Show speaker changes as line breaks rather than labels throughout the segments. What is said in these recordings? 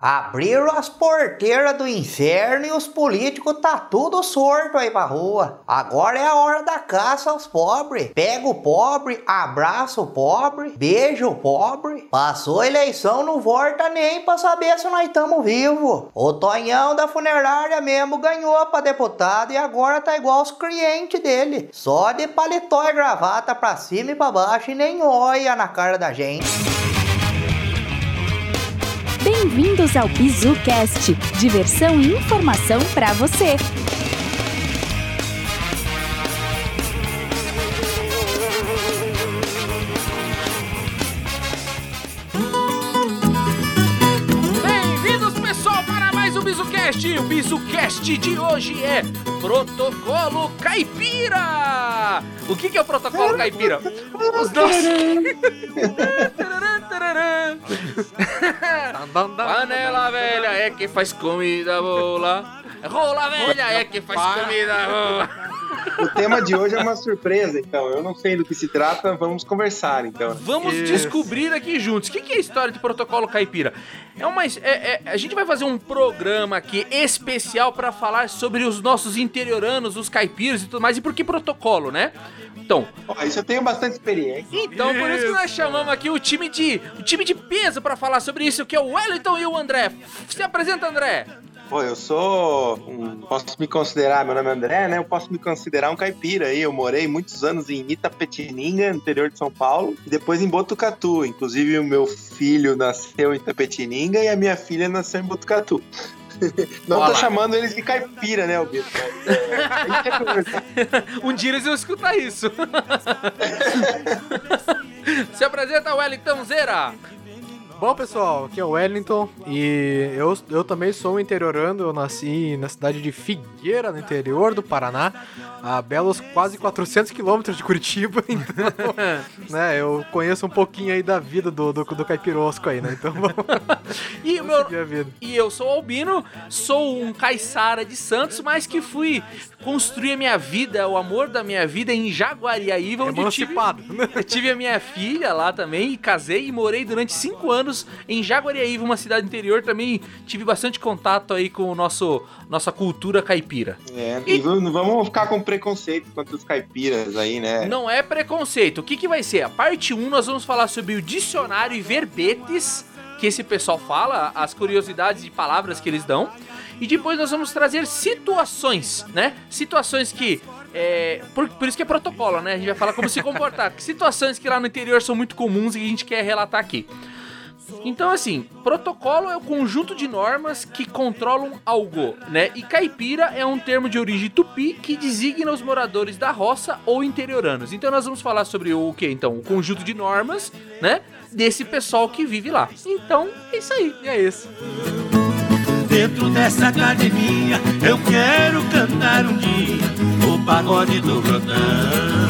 Abriram as porteiras do inferno e os políticos tá tudo sorto aí pra rua. Agora é a hora da caça aos pobres. Pega o pobre, abraça o pobre, beija o pobre. Passou a eleição, não volta nem pra saber se nós estamos vivos. O Tonhão da funerária mesmo ganhou pra deputado e agora tá igual os clientes dele. Só de paletó e gravata pra cima e pra baixo e nem olha na cara da gente.
Bem-vindos ao BizuCast, diversão e informação para você.
Bem-vindos, pessoal, para mais um BizuCast. O BizuCast de hoje é Protocolo Caipira. O que, que é o Protocolo Caipira? Os nossos... Panela velha é que faz comida boa. Rola velha é que faz comida boa.
O tema de hoje é uma surpresa, então. Eu não sei do que se trata, vamos conversar, então.
Vamos
Isso.
descobrir aqui juntos. O que, que é a história de Protocolo Caipira? É uma. es- é- é- a gente vai fazer um programa aqui especial para falar sobre os nossos interioranos, os caipiras e tudo mais. E por que protocolo, né? Então,
Ó, isso eu tenho bastante experiência.
então por isso que nós chamamos aqui o time de o time de peso para falar sobre isso, que é o Wellington e o André. Se apresenta, André.
Pô, eu sou. um- posso me considerar, meu nome é André, né? Eu posso me considerar um caipira aí. Eu morei muitos anos em Itapetininga, interior de São Paulo, e depois em Botucatu. Inclusive, o meu filho nasceu em Itapetininga e a minha filha nasceu em Botucatu. Não
Olha
tô
lá.
chamando eles de caipira, né, Albino?
Um dia eles vão escutar isso. Se apresenta, Wellington Zera.
Bom, pessoal, aqui é o Wellington e eu, eu também sou interiorando. Eu nasci na cidade de Figueira, no interior do Paraná, a belos quase 400 quilômetros de Curitiba. Então, né, eu conheço um pouquinho aí da vida do, do, do caipirosco aí, né? Então, vamos
E o meu,
seguir a vida.
E eu sou o Albino, sou um caiçara de Santos, mas que fui construir a minha vida, o amor da minha vida em Jaguariaíva, onde eu tive,
Emancipado. né?
eu tive a minha filha lá também, e casei e morei durante cinco anos em Jaguariaíva, uma cidade interior. Também tive bastante contato aí com o nosso nossa cultura caipira.
É, e não vamos ficar com preconceito contra os caipiras aí, né?
Não é preconceito. O que, que vai ser? A parte 1 nós vamos falar sobre o dicionário e verbetes que esse pessoal fala, as curiosidades de palavras que eles dão. E depois nós vamos trazer situações, né? Situações que. é, por, por isso que é protocolo, né? A gente vai falar como se comportar. Que situações que lá no interior são muito comuns e que a gente quer relatar aqui. Então, assim, protocolo é o conjunto de normas que controlam algo, né? E caipira é um termo de origem tupi que designa os moradores da roça ou interioranos. Então, nós vamos falar sobre o que, então? O conjunto de normas, né? Desse pessoal que vive lá. Então, é isso aí.
E é isso.
Dentro dessa academia eu quero cantar um dia o pagode do Brotão.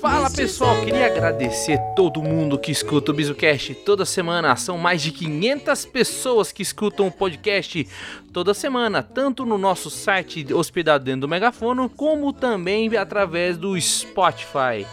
Fala pessoal, queria agradecer todo mundo que escuta o BizuCast toda semana. São mais de 500 pessoas que escutam o podcast toda semana, tanto no nosso site hospedado dentro do megafono, como também através do Spotify.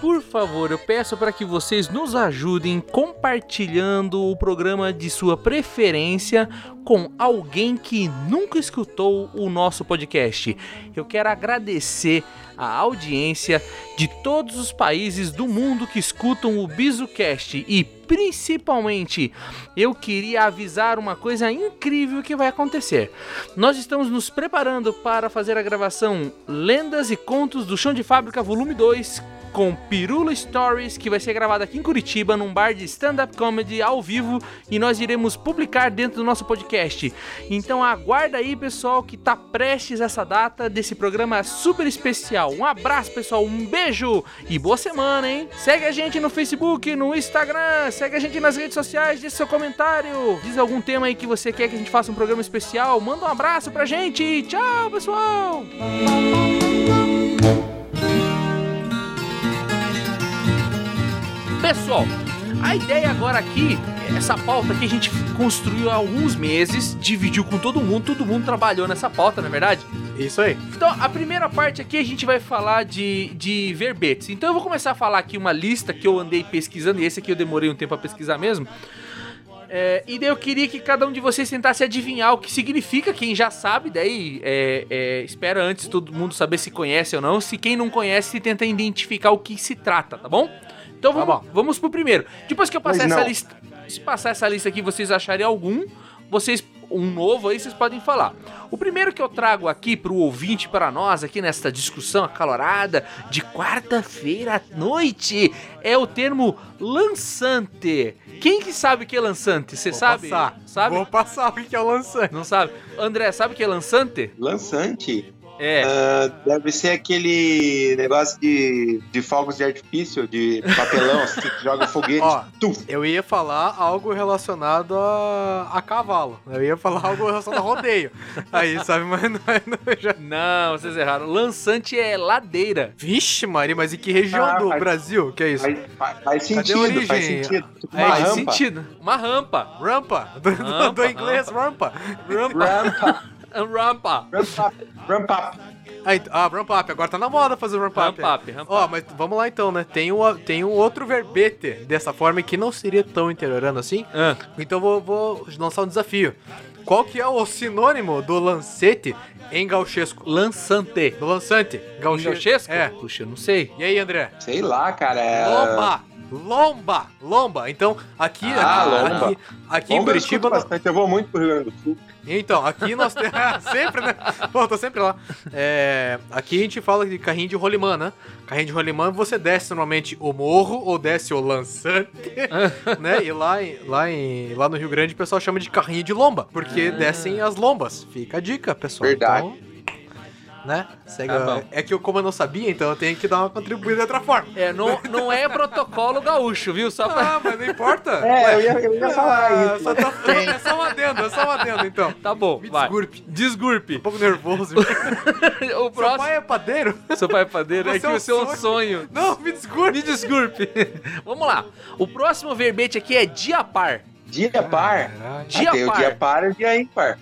Por favor, eu peço para que vocês nos ajudem compartilhando o programa de sua preferência com alguém que nunca escutou o nosso podcast. Eu quero agradecer a audiência de todos os países do mundo que escutam o BizuCast e principalmente eu queria avisar uma coisa incrível que vai acontecer. Nós estamos nos preparando para fazer a gravação Lendas e Contos do Chão de Fábrica Volume 2 com Pirula Stories, que vai ser gravada aqui em Curitiba, num bar de stand-up comedy ao vivo, e nós iremos publicar dentro do nosso podcast. Então aguarda aí, pessoal, que tá prestes essa data desse programa super especial. Um abraço, pessoal, um beijo e boa semana, hein? Segue a gente no Facebook, no Instagram, segue a gente nas redes sociais, deixa seu comentário, diz algum tema aí que você quer que a gente faça um programa especial, manda um abraço pra gente. Tchau, pessoal! Pessoal, a ideia agora aqui é essa pauta que a gente construiu há alguns meses, dividiu com todo mundo, todo mundo trabalhou nessa pauta, na verdade.
Isso aí.
Então, a primeira parte aqui a gente vai falar de, de verbetes. Então, eu vou começar a falar aqui uma lista que eu andei pesquisando, e esse aqui eu demorei um tempo a pesquisar mesmo. É, e daí eu queria que cada um de vocês tentasse adivinhar o que significa, quem já sabe, daí é, é, espera antes todo mundo saber se conhece ou não. Se quem não conhece, tenta identificar o que se trata, tá bom? Então
Tá
vamos, vamos pro primeiro. Depois que eu passar
Pois
essa
não.
lista. Se passar essa lista aqui, vocês acharem algum, vocês. Um novo aí, vocês podem falar. O primeiro que eu trago aqui pro ouvinte, para nós, aqui nesta discussão acalorada de quarta-feira à noite, é o termo lançante. Quem que sabe o que é lançante? Você
Vou
sabe?
passar.
Sabe?
Vou passar o que que é o lançante.
Não sabe? André, sabe o que é lançante?
Lançante?
É.
Ah, deve ser aquele negócio de, de fogos de artifício, de papelão, assim, que joga foguete.
Ó.
Tum.
Eu ia falar algo relacionado a, a cavalo. né? Eu ia falar algo relacionado a rodeio. Aí, sabe, mas não, é, não, eu já...
Não, vocês erraram. Lançante é ladeira.
Vixe, Maria, mas em que região
Ah,
do
faz-
Brasil? Que é isso?
Faz, faz- faz
Cadê a
sentido, faz
origem?
sentido. Tipo
É,
Uma
Faz
rampa.
sentido. Uma rampa.
Rampa. Do, do-
Rampa,
do inglês, rampa.
Rampa,
Rampa.
rampa, rampa.
Ah, ent- ah, ramp up. Agora tá na moda fazer ramp up.
Ramp up, ramp
Ó, mas vamos lá então, né? Tem um, tem um outro verbete dessa forma que não seria tão interiorando assim.
Ah.
Então vou, vou lançar um desafio. Qual que é o sinônimo do lancete em gauchesco?
Lançante.
Do lançante.
Gauche- Gauchesco?
É.
Puxa, eu não sei.
E aí, André?
Sei lá, cara. é-
Lomba! Lomba! Lomba! Então, aqui,
Ah,
aqui,
lomba.
aqui, aqui em tá-
Lomba eu
Curitiba.
escuto bastante, eu vou muito pro Rio Grande do Sul.
Então, aqui nós temos. sempre, né? Pô, eu tô sempre lá. É, aqui a gente fala de carrinho de rolimã, né? Carrinho de rolimã, você desce normalmente o morro ou desce o lançante, né? E lá, em- lá, em, lá no Rio Grande o pessoal chama de carrinho de lomba, porque
Ah.
descem as lombas. Fica a dica, pessoal.
Verdade.
Então, né? Segue
Tá
a-
bom.
É que eu, como eu não sabia, então eu tenho que dar uma contribuída de outra forma.
É, não, não é protocolo gaúcho, viu? Só pra...
Ah, mas não importa.
É, eu ia, eu ia falar
Ah,
isso.
só tá- é só um adendo, é só um adendo, então.
Tá bom,
Me
vai.
desculpe.
Desgurpe.
Um pouco nervoso.
O
Seu
próximo...
pai é padeiro?
Seu pai é padeiro, é
Você
que
é um
o seu é um sonho.
Não, me
Me
desculpe.
desculpe. Vamos lá. O próximo verbete aqui é diapar.
É,
Dia par.
Caralho.
Ah, tem o
Diapar.
dia par e o dia ímpar.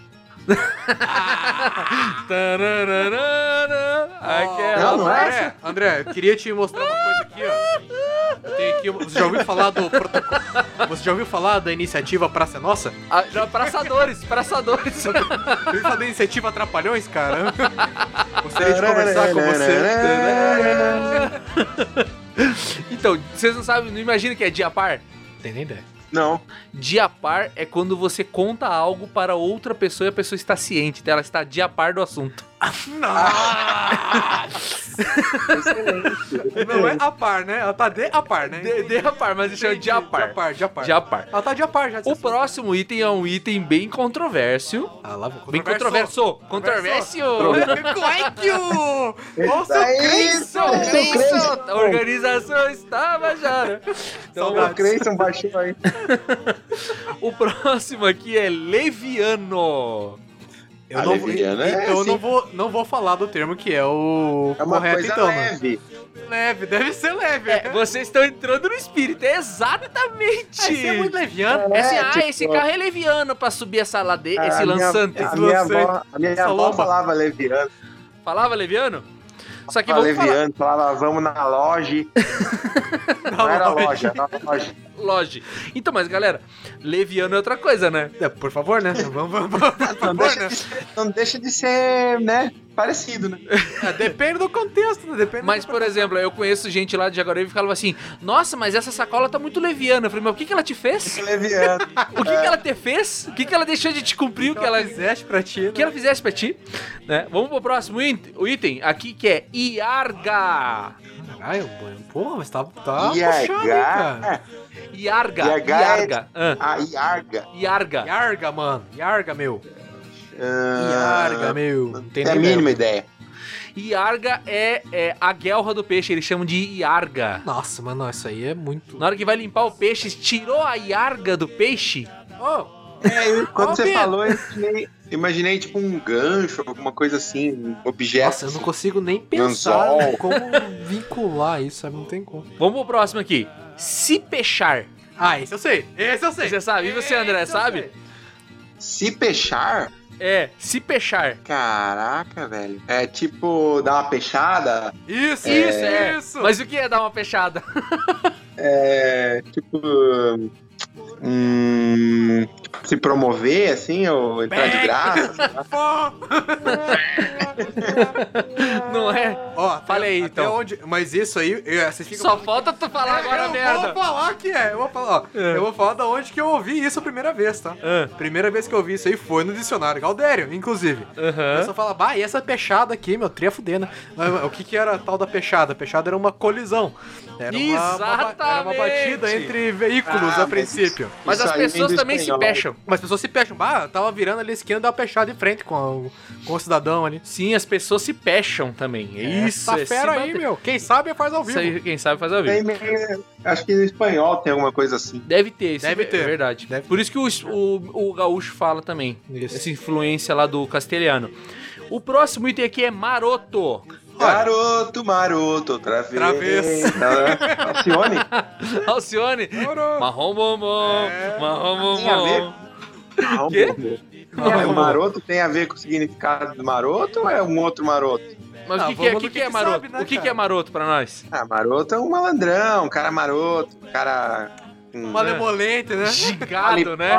Tarararara. Aquela
Não, não é
André, André, eu queria te mostrar uma coisa aqui, ó. Eu tenho aqui, você já ouviu falar do protocolo? Você já ouviu falar da iniciativa Praça é Nossa?
Ah, não, praçadores, praçadores.
Já ouviu falar da iniciativa Atrapalhões, cara? Gostaria de conversar com você.
Então, vocês não sabem, não imaginam o que é diapar?
Tem nem ideia.
Não.
Diapar é quando você conta algo para outra pessoa e a pessoa está ciente, então ela está diapar do assunto.
Não é a par, né? Ela tá de a par, né?
De- Diapar, mas isso é
Entendi.
diapar.
De a par, de a par.
Diapar.
Ela tá de a par já.
O próximo item é um item bem controverso.
Ah, lá,
Bem controverso. Controverso. é
Coique! Olha o seu
Daí,
Crenço!
seu Crenço.
A organização está baixada. Então,
O Creyson baixou aí.
o próximo aqui é leviano.
Eu, não, vou- então
Leviano é
eu
assim.
não, vou, não vou falar do termo que é o
É uma
correto,
coisa
então, né?
leve.
Leve, deve ser leve. né?
É, vocês estão entrando no espírito, é exatamente.
Ah, isso é muito leviano.
É assim,
É,
ah,
tipo-
esse carro é leviano pra subir essa ladeira,
Ah,
esse
a minha-
lançante.
A minha avó, a minha
Essa
avó
lomba.
falava leviano.
Falava leviano? Só que
Falava
vamos falar.
leviano, falava vamos na loja. Não era loja, É, na loja.
Loge. Então, mas galera, leviano é outra coisa, né?
É, por favor, né? Vamos, vamos, vamos, por
Não
favor,
deixa,
né?
de ser, não deixa de ser, né? Parecido, né?
É, depende do contexto, né? Depende
Mas,
do...
por exemplo, eu conheço gente lá de Jaguarão e falava assim: Nossa, mas essa sacola tá muito leviana. Eu falei, mas o que, que ela te fez?
Leviano.
O que, que ela te fez? O que, que ela deixou de te cumprir? O que ela, o
fizeste pra ti, né?
que ela fizesse pra ti? Né? Vamos pro próximo it- o item aqui que é Iarga.
Caralho, mano, porra, mas tá, tá
E a
puxado, hein, cara.
Iarga.
Iarga.
Iarga é-
Iarga. Ah,
A Iarga.
Iarga.
Yarga, mano. Yarga, meu.
Ah,
Yarga, meu. Não tem
É a
nem ideia.
mínima ideia.
Iarga é, é a guelra do peixe, eles chamam de Iarga.
Nossa, mano, isso aí é muito...
Na hora que vai limpar o peixe, tirou a Iarga do peixe?
Oh,
É, eu- quando
Ó,
você
Pedro.
falou, eu imaginei, imaginei, tipo um gancho, alguma coisa assim, um objeto.
Nossa, eu não consigo nem pensar
Anzol.
como vincular isso, sabe? Não tem como.
Vamos pro próximo aqui. Se pechar.
Ah, esse eu sei. Esse eu sei.
Você sabe? E você, André,
Esse eu
sabe?
sei.
Se pechar,
É, se pechar.
caraca, velho. É tipo dar uma pechada.
Isso,
É.
isso, é. isso.
Mas o que é dar uma pechada?
É tipo. Hum, se promover, assim, ou entrar de graça. sei lá.
Pô!
Não é?
Ó, até-
Fala aí,
até
então.
onde... Mas isso aí, eu- vocês ficam...
Só falta tu falar agora
eu
merda.
vou falar que é. Eu vou falar, ó,
É.
Eu vou falar da onde que eu ouvi isso a primeira vez, tá?
Ah.
Primeira vez que eu ouvi isso aí foi no dicionário Galdério, inclusive.
Aham.
Eu só fala, bah, e essa pechada aqui, meu, tria fuder, né? Mas, mas, O que que era a tal da pechada? A pechada era uma colisão. Era uma, uma ba- era uma
Exatamente.
batida entre veículos,
Ah,
a
mas
princípio.
Mas
Isso
as
aí vem
pessoas
do
também se
espanhol.
pecham.
Mas as pessoas se pecham. Bah, eu tava virando ali a esquina e deu uma pechada em frente com, a- com o cidadão ali.
Sim, as pessoas se pecham também. É Isso,
Essa
é se
fera aí,
bater.
meu. Quem sabe faz ao
Isso
vivo.
aí, quem sabe faz a
Tem
vida.
meio- Acho que no espanhol tem alguma coisa assim.
Deve ter, isso
Deve
é
ter.
verdade.
Deve
Por isso que o, o, o gaúcho fala também.
Isso.
Essa influência lá do castelhano. O próximo item aqui é maroto.
Garoto, maroto, travessa.
Travessa.
Alcione?
Alcione. Marrom bombom,
É.
marrom
Tem a
bombom.
ver. Não,
Quê?
bobo. É, o maroto tem a ver com o significado do maroto ou é um outro maroto?
Mas
Ah,
o que, que é,
vamos
o que
no
que
que
é
que
maroto?
sabe, né,
o que, que
cara?
é maroto pra nós?
Ah, maroto é um malandrão, um cara maroto, um cara. Um
Malemolente, né?
Gigado, né?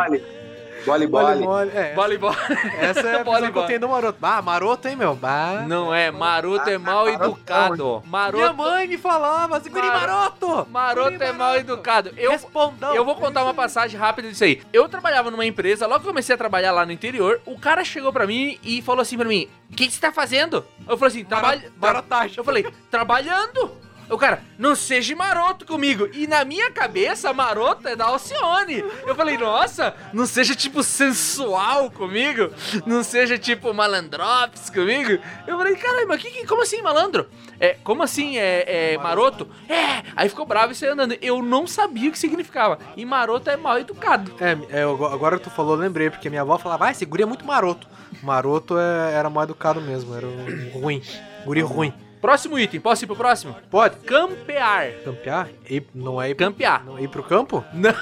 Bole,
Mole,
bole.
mole. É,
Voleibol.
essa é a
Mole,
visão que eu
mole.
tenho do maroto. Ah, maroto, hein, meu? Bah.
Não é, maroto é
Ah,
mal educado.
Minha
Maroto,
mãe me falava, assim, guri maroto!
maroto é mal educado. Eu,
Respondão.
eu vou contar uma passagem rápida disso aí. Eu trabalhava numa empresa, logo que eu comecei a trabalhar lá no interior, o cara chegou pra mim e falou assim pra mim, o que, que você tá fazendo? Eu falei assim, trabalho...
Marotagem.
Eu falei, trabalhando. O cara, não seja maroto comigo. E na minha cabeça, maroto é da Alcione. Eu falei, nossa, não seja tipo sensual comigo. Não seja tipo malandrops comigo. Eu falei, caralho, mas que, que- como assim malandro? É, como assim é, é maroto? É, aí ficou bravo e saiu andando. Eu não sabia o que significava. E maroto é mal educado.
É, é, eu- agora que tu falou, eu lembrei, porque minha avó falava, ah, esse guri é muito maroto. Maroto é- era mal educado mesmo, era um ruim. Guri
Uhum.
ruim.
Próximo item, posso ir pro próximo?
Pode
Campear.
campear? E, não é ir,
Campear.
não é ir pro campo?
Não.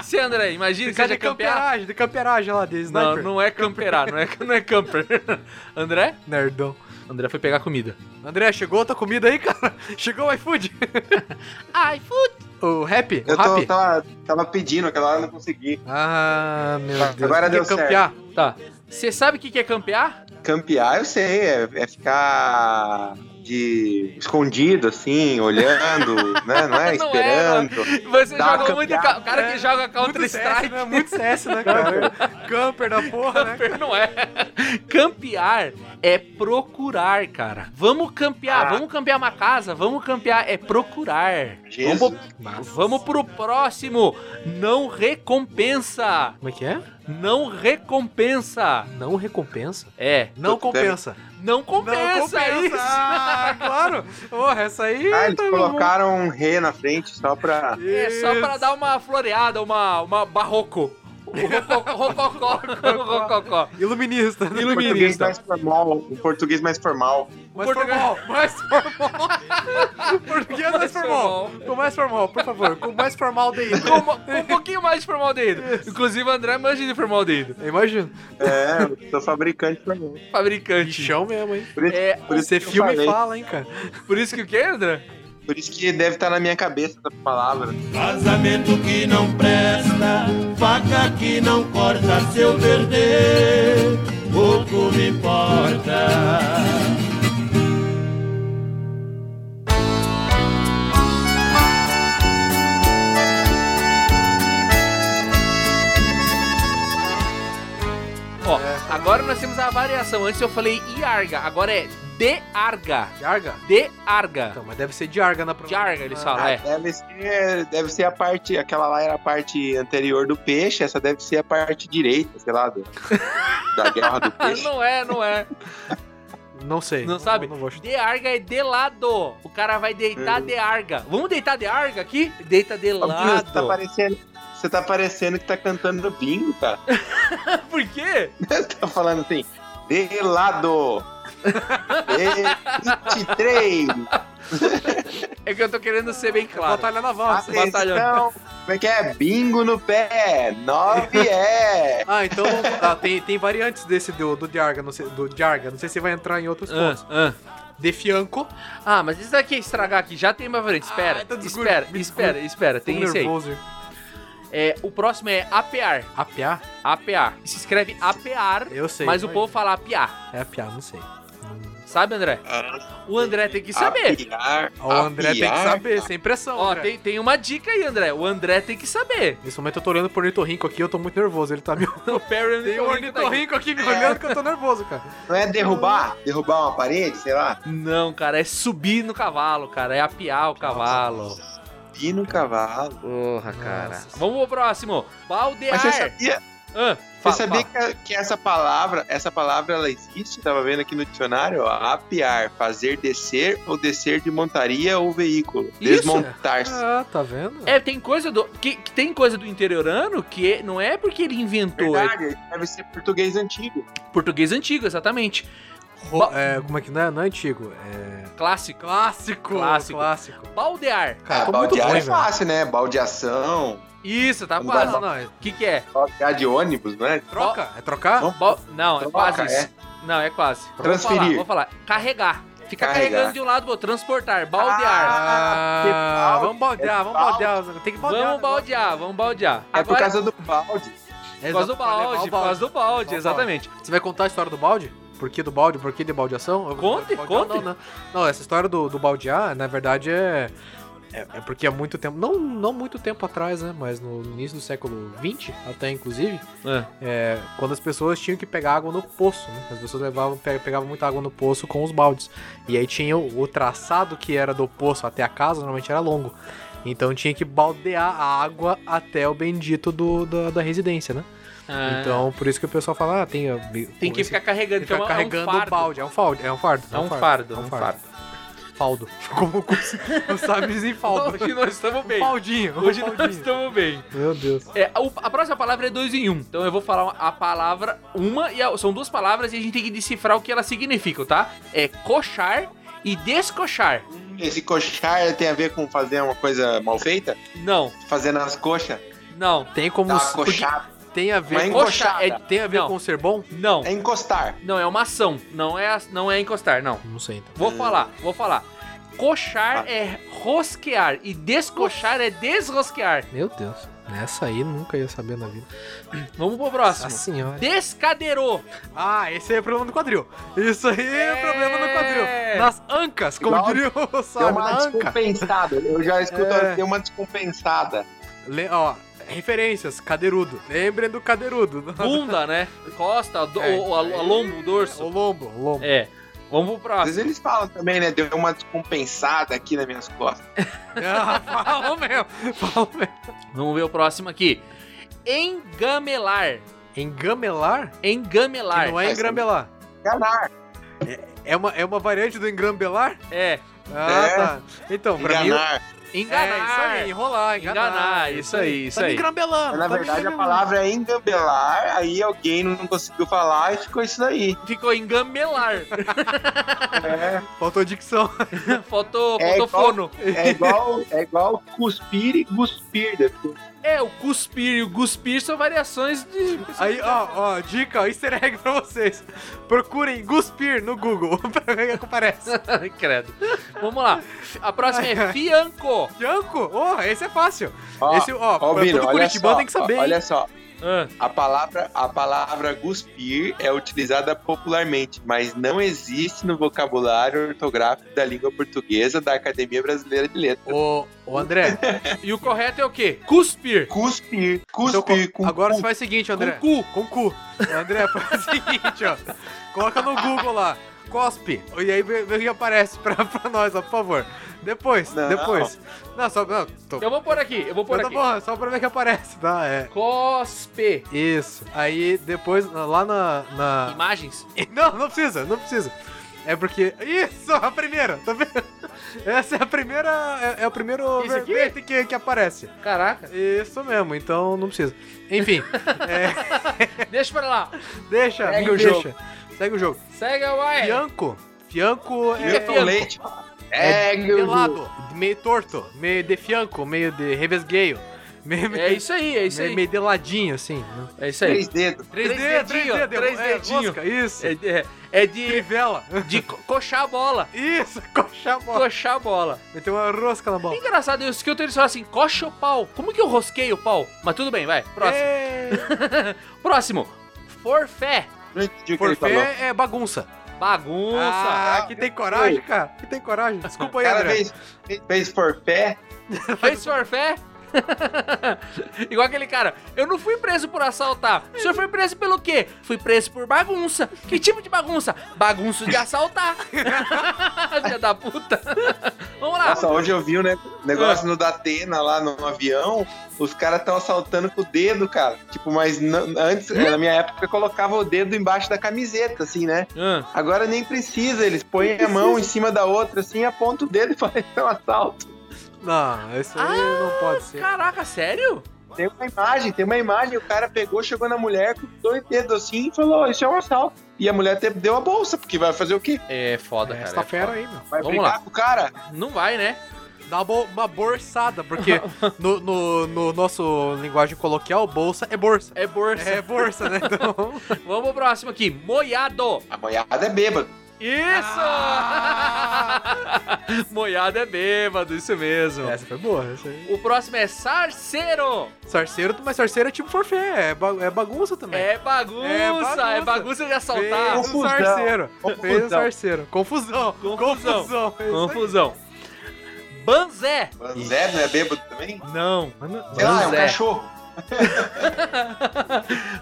Você, André, imagina que
Ficar
seja
de
campear.
camperagem, de camperagem lá, de
Não,
sniper.
não é camperar, não é, não é camper. André?
Nerdão.
André foi pegar comida.
André, chegou outra comida aí, cara? Chegou o iFood?
iFood!
O rap? O
Eu tô, tá.
rap?
tava, tava pedindo, aquela hora eu não consegui.
Ah, meu Deus.
Agora
Tem que
deu certo.
campear.
Tá. Você sabe o que que é campear?
Campear, eu sei, é, é ficar de escondido, assim, olhando, né? Não é
Não é,
esperando.
Você
Dá uma
joga muito.
campeada,
ca- O cara
é.
que joga
Muito CS,
Counter-Strike.
né? Muito CS, né, cara? Camper da porra, né?
Camper não é. Campear é procurar, cara. Vamos campear,
Ah.
vamos campear uma casa, vamos campear, é procurar.
Jesus.
Vamos, vamos pro próximo. Não recompensa.
Como é que é?
Não recompensa.
Não recompensa?
É,
Não
Puta,
compensa.
não compensa,
não compensa.
isso.
Ah, claro. Porra, essa aí...
Ah, eles
tá
colocaram um re na frente só pra.
bom.
É só pra dar uma floreada, uma, uma barroco. Rococó, rococó, rococó.
Iluminista. né?
Um português mais formal, um português mais formal.
Mais
Português-
formal. Mais formal. tá- Português mais
Mais formal.
formal. Com mais formal, por favor. Com mais formal daí.
Com uma- com um pouquinho mais de formaldeído. Inclusive, o André manja de formaldeído.
Eu imagino.
É, eu sou fabricante formal.
Fabricante.
Bichão mesmo, hein?
Por isso,
É,
por isso
Você
que eu
filma e
falei.
fala, hein, cara?
Por isso que o quê, André?
Por isso que deve estar na minha cabeça essa palavra.
Casamento que não presta, faca que não corta, se eu perder, pouco me importa.
Ó, agora nós temos a variação. Antes eu falei iarga, agora é de arga.
Jarga?
De arga.
Então, mas deve ser de Arga na
De
prova. Ah,
arga, eles falam, é.
Deve ser, deve ser a parte, aquela lá era a parte anterior do peixe, essa deve ser a parte direita, sei lá, do- da guerra do
Ah,
peixe.
Não é, não é.
Não sei.
Não sabe?
Não, vou chutar.
De arga é de lado. O cara vai deitar de arga. Vamos deitar de arga aqui? Deita de
Ô, Binho, Você tá
lado.
parecendo, você tá parecendo que tá cantando no bingo, cara.
Por quê?
Você tá falando assim, de lado. De 23.
É que eu tô querendo ser bem claro.
Ah,
Batalha naval.
Atenção, Como é que é? Bingo no pé. Nove é.
Ah, então ah, tem, tem variantes desse do, do Diarga, não sei, do Diarga. Não sei se vai entrar em outros pontos.
Ah,
De Fianco.
ah. Ah, mas isso daqui é estragar aqui, já tem uma variante. Espera,
Ah, então desculpa,
espera,
me
espera, espera, tem
Tô
esse aí.
nervoso.
É, o próximo é apear.
Apiar?
Apear. Se escreve apear,
Eu sei.
mas o povo fala apiar.
É apiar, não sei.
Sabe, André? O André tem que saber.
Apiar,
Ó, O André tem que
apiar.
saber, sem pressão.
Ó,
André.
tem, tem uma dica aí, André. O André tem que saber.
Nesse momento eu tô olhando pro ornitorrinco aqui, eu tô muito nervoso. Ele tá me
O Perry
Tem um
tá
ornitorrinco aqui me olhando que eu tô nervoso, cara.
Não é derrubar? Derrubar uma parede, sei lá.
Não, cara, é subir no cavalo, cara. É apiar o cavalo.
E no cavalo.
Porra, cara. Vamos pro próximo.
É,
Baldear.
Mas você sabia,
Ah,
você
fala,
sabia
fala.
que, que essa palavra, essa palavra ela existe? Tava vendo aqui no dicionário, ó. Apiar, fazer descer ou descer de montaria ou veículo.
Isso.
Desmontar-se.
Ah, tá vendo?
É, tem coisa do. Que, que tem coisa do interiorano que não é porque ele inventou. É
Verdade, deve ser português antigo.
português antigo, exatamente.
Ro- é, como é que não é? Não é antigo. É.
Clássico. Clássico. Clássico.
Clássico.
Baldear.
Cara,
Ah,
tô muito
baldear
ruim,
é
velho.
fácil, né? Baldeação,
Isso, tá
Vamos
quase.
dar-
Não, não, é
O que, que é?
baldear de ônibus, não é?
troca. É trocar?
Vamos-
Bal- Não, é
Troca,
quase
é.
isso. Não, é quase.
Transferir.
Vou falar, vou falar. Carregar. Ficar
Carregar.
carregando de um lado pro outro. Transportar. Baldear.
Ah,
balde.
vamos baldear, vamos
balde.
baldear. Tem que baldear.
vamos
né?
baldear, vamos baldear.
É por causa do balde.
É,
Por causa do
exato, pra levar
balde,
o
por causa do balde,
Levar o
exatamente.
Você vai contar a história do balde? Por que do balde? Por que de baldeação? Eu-
Conte,
baldear,
conte.
Não, não. Não, essa história do, do baldear, na verdade, é, é. é porque há muito tempo. Não, não muito tempo atrás, né? Mas no início do século XX, até inclusive,
Ah,
é, quando as pessoas tinham que pegar água no poço, né? As pessoas levavam, pe- pegavam muita água no poço com os baldes. E aí tinha o, o traçado que era do poço até a casa, normalmente era longo. Então tinha que baldear a água até o bendito do, da, da residência, né?
ah.
Então, por isso que o pessoal fala, ah, tem...
Tem que ficar carregando, que é, uma,
carregando
é um
o
fardo.
balde. É um fardo. É um fardo.
É um fardo,
É um fardo. Faldo. Como o curso não sabe dizer faldo.
Hoje nós estamos bem.
Faldinho. um
Hoje
faldinho.
nós estamos bem.
Meu Deus.
É, o- a próxima palavra é dois em um. Então eu vou falar uma- a palavra uma e a- são duas palavras e a gente tem que decifrar o que elas significam, tá? É coxar e descoxar.
Esse coxar tem a ver com fazer uma coisa mal feita?
Não,
Fazer nas coxas?
não.
Tem como...
Tá,
s-
coxar.
Tem a
Uma
ver com...
Coxar é
encoxada.
Tem a ver
Não.
com ser bom?
não.
É encostar.
Não é uma ação, não é a- não é encostar, não.
Não sei, então.
Vou falar, vou falar. Coxar
Ah.
é rosquear e descoxar é desrosquear.
Meu Deus. Essa aí nunca ia saber na vida.
Vamos pro próximo.
senhora.
Descadeirou.
Ah, esse aí é problema do quadril. Isso aí é,
É.
problema do quadril. Nas ancas, como
Igual-
diria o
Deu
Sábio,
É uma
na anca.
descompensada. Eu já escuto,
É.
deu uma descompensada.
Le- ó, referências, cadeirudo. Lembrem do cadeirudo.
Bunda, né? Costa, do,
É,
o, a, a lombo, o
O
dorso.
lombo, o lombo.
É. Vamos pro
Às
próximo.
vezes eles falam também, né? Deu uma descompensada aqui nas minhas costas.
Ah, Fala mesmo, fala mesmo.
Vamos ver o próximo aqui. Engamelar.
Engamelar?
Engamelar.
Que não é engrambelar.
Enganar.
É uma, é uma variante do engrambelar?
É.
Ah,
É.
tá. Então, pra mim...
Enganar.
É, isso
Enganar.
aí, enrolar, enganar.
Enganar, isso aí, isso
tá
aí.
me engrambelando.
Na
tá me
verdade, a
engrambelando.
palavra é engambelar. Aí alguém não conseguiu falar e ficou isso daí.
Ficou engamelar.
É,
Faltou dicção.
faltou
É
faltou
igual-
fono.
é igual, é igual cuspir e cuspir. depois.
É, o cuspir e o guspir são variações de.
Aí, ó, ó, dica, ó, easter egg pra vocês. Procurem Guspir no Google pra ver o que aparece.
Credo. Vamos lá. A próxima é Fianco.
Janko, ó, esse é fácil.
Ó,
esse, ó,
ó,
pra
Bino,
todo
olha
curitibano
só,
tem que saber,
ó, Olha
hein?
só,
Ah,
a palavra, a palavra cuspir é utilizada popularmente, mas não existe no vocabulário ortográfico da língua portuguesa da Academia Brasileira de Letras.
Ô, ô, André,
e o correto é o quê? Cuspir.
Cuspir,
então,
cuspir
co-
com
agora
cu.
você faz o seguinte, André.
Com
cu. Com cu. André, faz o seguinte, ó. Coloca no Google lá, cospe. E aí vê vê o que aparece pra, pra nós, ó, por favor. Depois,
Não.
depois. Não, só... Não, tô,
Eu vou pôr aqui, eu vou pôr
tá
aqui.
bom, só pra ver o que aparece, tá? É...
Cospe.
Isso. Aí depois, lá na- na,
Imagens?
Não, não precisa, não precisa. É porque. Isso! A primeira! Tá vendo? Essa é a primeira. É, é o primeiro
Isso aqui?
verbete que, que aparece.
Caraca.
Isso mesmo, então não precisa. Enfim, é,
Deixa pra lá.
deixa,
Segue o
deixa.
jogo.
Segue o jogo.
Segue a Uai.
Fianco. Fianco
É. que é
é.
Milton
fianco?
Leite.
É
É,
pelado, meio torto, meio de fianco, meio de revesgueio. Meio,
É isso aí, é isso aí.
meio, meio de ladinho, assim. né?
É isso aí.
Três dedos.
3D, 3D,
três
3D,
é, dedinho. Isso.
É, de- é, é de,
Trivela.
de co- coxar a bola.
Isso, coxa a bola.
Coxar a bola.
Meteu uma rosca na
É
bola.
engraçado, e o Skilton eles falam assim, coxa o pau. Como que eu rosquei o pau? Mas tudo bem, vai. Próximo.
É,
Próximo. Forfé.
Não entendi o que ele
Forfé
falou.
é bagunça.
Bagunça.
Ah, que tem coragem, cara. Que tem coragem. Desculpa
O
aí,
cara
André.
fez, fez- fez forfé.
Fez forfé. Igual aquele cara, eu não fui preso por assaltar. O senhor foi preso pelo quê? Fui preso por bagunça. Que tipo de bagunça? Bagunço de assaltar. Filha da puta. Vamos lá.
Nossa, hoje eu vi um né, negócio no Datena lá no, avião. Os caras estão assaltando com o dedo, cara. Tipo, mas não- antes, na minha época, eu colocava o dedo embaixo da camiseta, assim, né?
Ah,
Agora nem precisa, eles põem a mão em cima da outra, assim, aponta o dedo e faz um assalto.
Não, isso aí
Ah,
não pode ser.
Caraca, sério?
Tem uma imagem, tem uma imagem, o cara pegou, chegou na mulher com dois dedos assim e falou, isso é um assalto. E a mulher te- deu a bolsa, porque vai fazer o quê?
É foda, cara.
Essa
é
fera aí, meu.
Vai
Vamos
brigar com o cara?
foda. Não vai, né?
Dá bo- uma bolsada, porque no, no, no nosso linguagem coloquial, bolsa é bolsa.
É bolsa.
É bolsa, né? Então...
Vamos pro próximo aqui. Moiado.
A boiada é bêbada.
Isso! Moiado é bêbado, isso mesmo.
Essa foi boa, essa aí.
O próximo é sarceiro.
Sarceiro, mas sarceiro é tipo forfé, é, ba- é bagunça também.
É bagunça, é
É
bagunça,
bagunça.
de assaltar.
Fez o
Confusão.
sarceiro. Fez o
Confusão.
sarceiro. Confusão.
Confusão.
Confusão. É isso aí.
Confusão. Banzé.
Zé não é bêbado também?
Não.
Mano,
Sei lá, é um
Zé.
cachorro.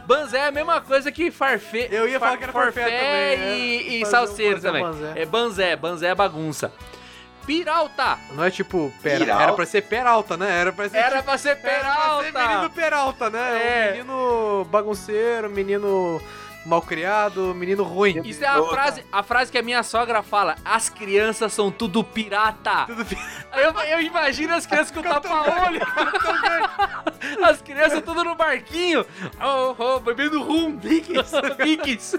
Banzé é a mesma coisa que farfê.
Eu ia falar que era farfé também,
e,
é.
e
Fazer um-
salseiro
fazer um
também.
banzé.
É banzé, banzé é bagunça. Piralta.
Não é tipo, pera,
Piralta?
era pra ser peralta, né? Era pra ser
Era pra ser
tipo, era pra ser
peralta.
menino peralta, né?
É.
Um menino bagunceiro, menino malcriado, menino ruim.
Isso é a
Outra.
frase, a frase que a minha sogra fala. As crianças são tudo pirata.
Tudo bem.
Eu, eu imagino as crianças com tapa-olho. As crianças tudo no barquinho. Oh, oh, bebendo rum. Bicks.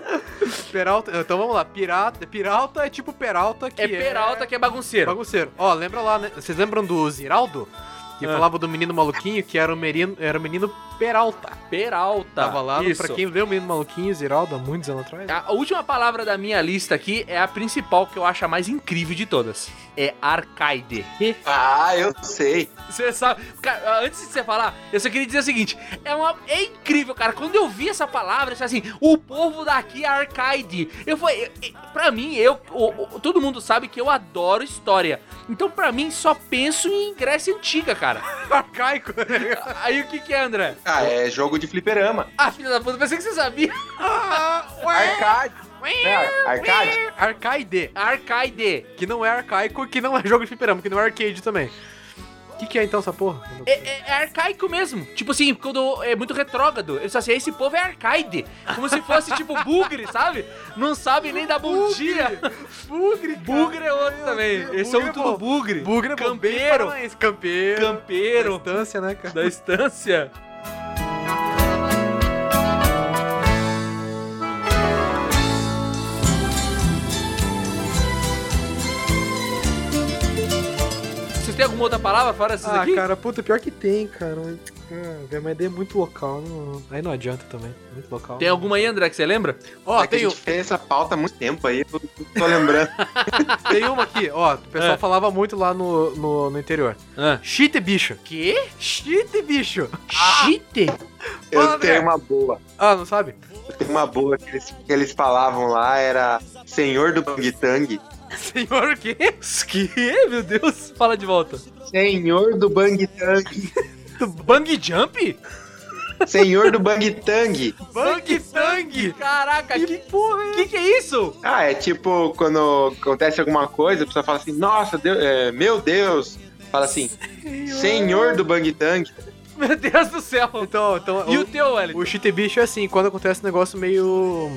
Peralta, então vamos lá, pirata, piralta é tipo peralta que
É peralta que é bagunceiro.
Bagunceiro. Ó, lembra lá, né? Vocês lembram do Ziraldo? Que
Ah.
falava do menino maluquinho, que era o menino, era o menino Peralta.
Peralta.
Tava lá,
Tá, Isso.
pra quem leu o menino maluquinho, Ziraldo, há muitos anos atrás.
A última palavra da minha lista aqui é a principal que eu acho a mais incrível de todas. É arcaide.
Ah, eu sei.
Você sabe. Cara, ah, antes de você falar, eu só queria dizer o seguinte: é, uma, é incrível, cara. Quando eu vi essa palavra, eu falei assim, o povo daqui é arcade. Eu falei, eu- eu- pra mim, eu. o- o- todo mundo sabe que eu adoro história. Então, pra mim, só penso em Grécia Antiga, cara.
Arcaico, né?
Aí o que, que é, André?
Ah, é jogo de fliperama.
Ah, filha da puta, pensei que você sabia. É
Arcade. né? Arcade.
Arcaide,
Arcaide.
que não é arcaico, que não é jogo de fliperama, que não é arcade também. O que, que é então essa porra?
É, é- é arcaico mesmo. Tipo assim, quando é muito retrógrado. Eles falam assim, esse povo é arcaide. Como se fosse, tipo, bugre, sabe? Não sabe nem dar bom dia.
Bugre,
Bugre é outro também. Esse é um tudo
bom.
bugre.
Bugre é bom, bem
Campeiro.
paranaense. Campeiro. Da
Campeiro
Distância, né, cara?
da estância. Vocês têm alguma outra palavra fora essas
Ah,
aqui?
cara, puta, pior que tem, cara. Mas, cara, mas é muito local. não- Aí não adianta também. Muito local.
Tem alguma aí, André, que você lembra?
é
Ó,
que
tem,
a gente fez essa pauta há muito tempo aí, eu tô lembrando.
tem uma aqui, ó. O pessoal
É.
falava muito lá no, no, no interior.
Ah.
Chite bicho.
Que?
Chite bicho.
Chite?
Eu
André.
tenho uma boa.
Ah, não sabe?
Eu tenho uma boa que eles, que eles falavam lá, era Senhor do Bang Tang.
Senhor o quê?
Que? Meu Deus. Fala de volta.
Senhor do Bang Tang.
Bang Jump?
Senhor do Bang Tang.
Bang Tang!
Caraca, que, que que é isso?
Ah, é tipo quando acontece alguma coisa, a pessoa fala assim, nossa, Deus- é, meu Deus. Fala assim, Senhor do Bang Tang.
Meu Deus do céu.
Então, então.
E o teu, Wellington?
O chute bicho é assim, quando acontece um negócio meio.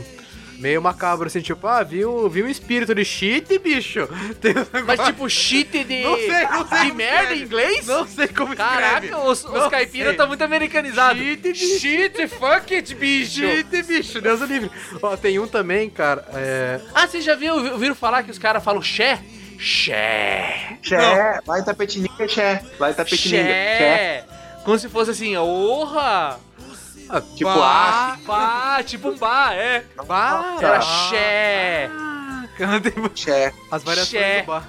meio macabro, assim, tipo, ah, vi um, vi um espírito de chite bicho. Tem um negócio-
Mas tipo, cheat de...
Não sei, não sei
De
como
merda em
escreve.
inglês?
Não sei como escreve.
Caraca, os, os
Não
caipiras
sei.
estão muito americanizados.
Cheat, bicho.
Shit, fuck it, bicho.
Chite bicho, Deus o livre. Ó, tem um também, cara. É.
Ah, vocês já viu, ouviram falar que os caras falam xé? Xé.
Xé, lá Tá em Tapetininga, xé. Lá em Tapetininga, xé.
Xé. Como se fosse assim, orra!
Tipo,
Bah,
Pá, tipo um bar, é.
bah,
Era
bah.
xé.
Cara,
"Ah,
tem
Che.
As variações
Xé.
do bar.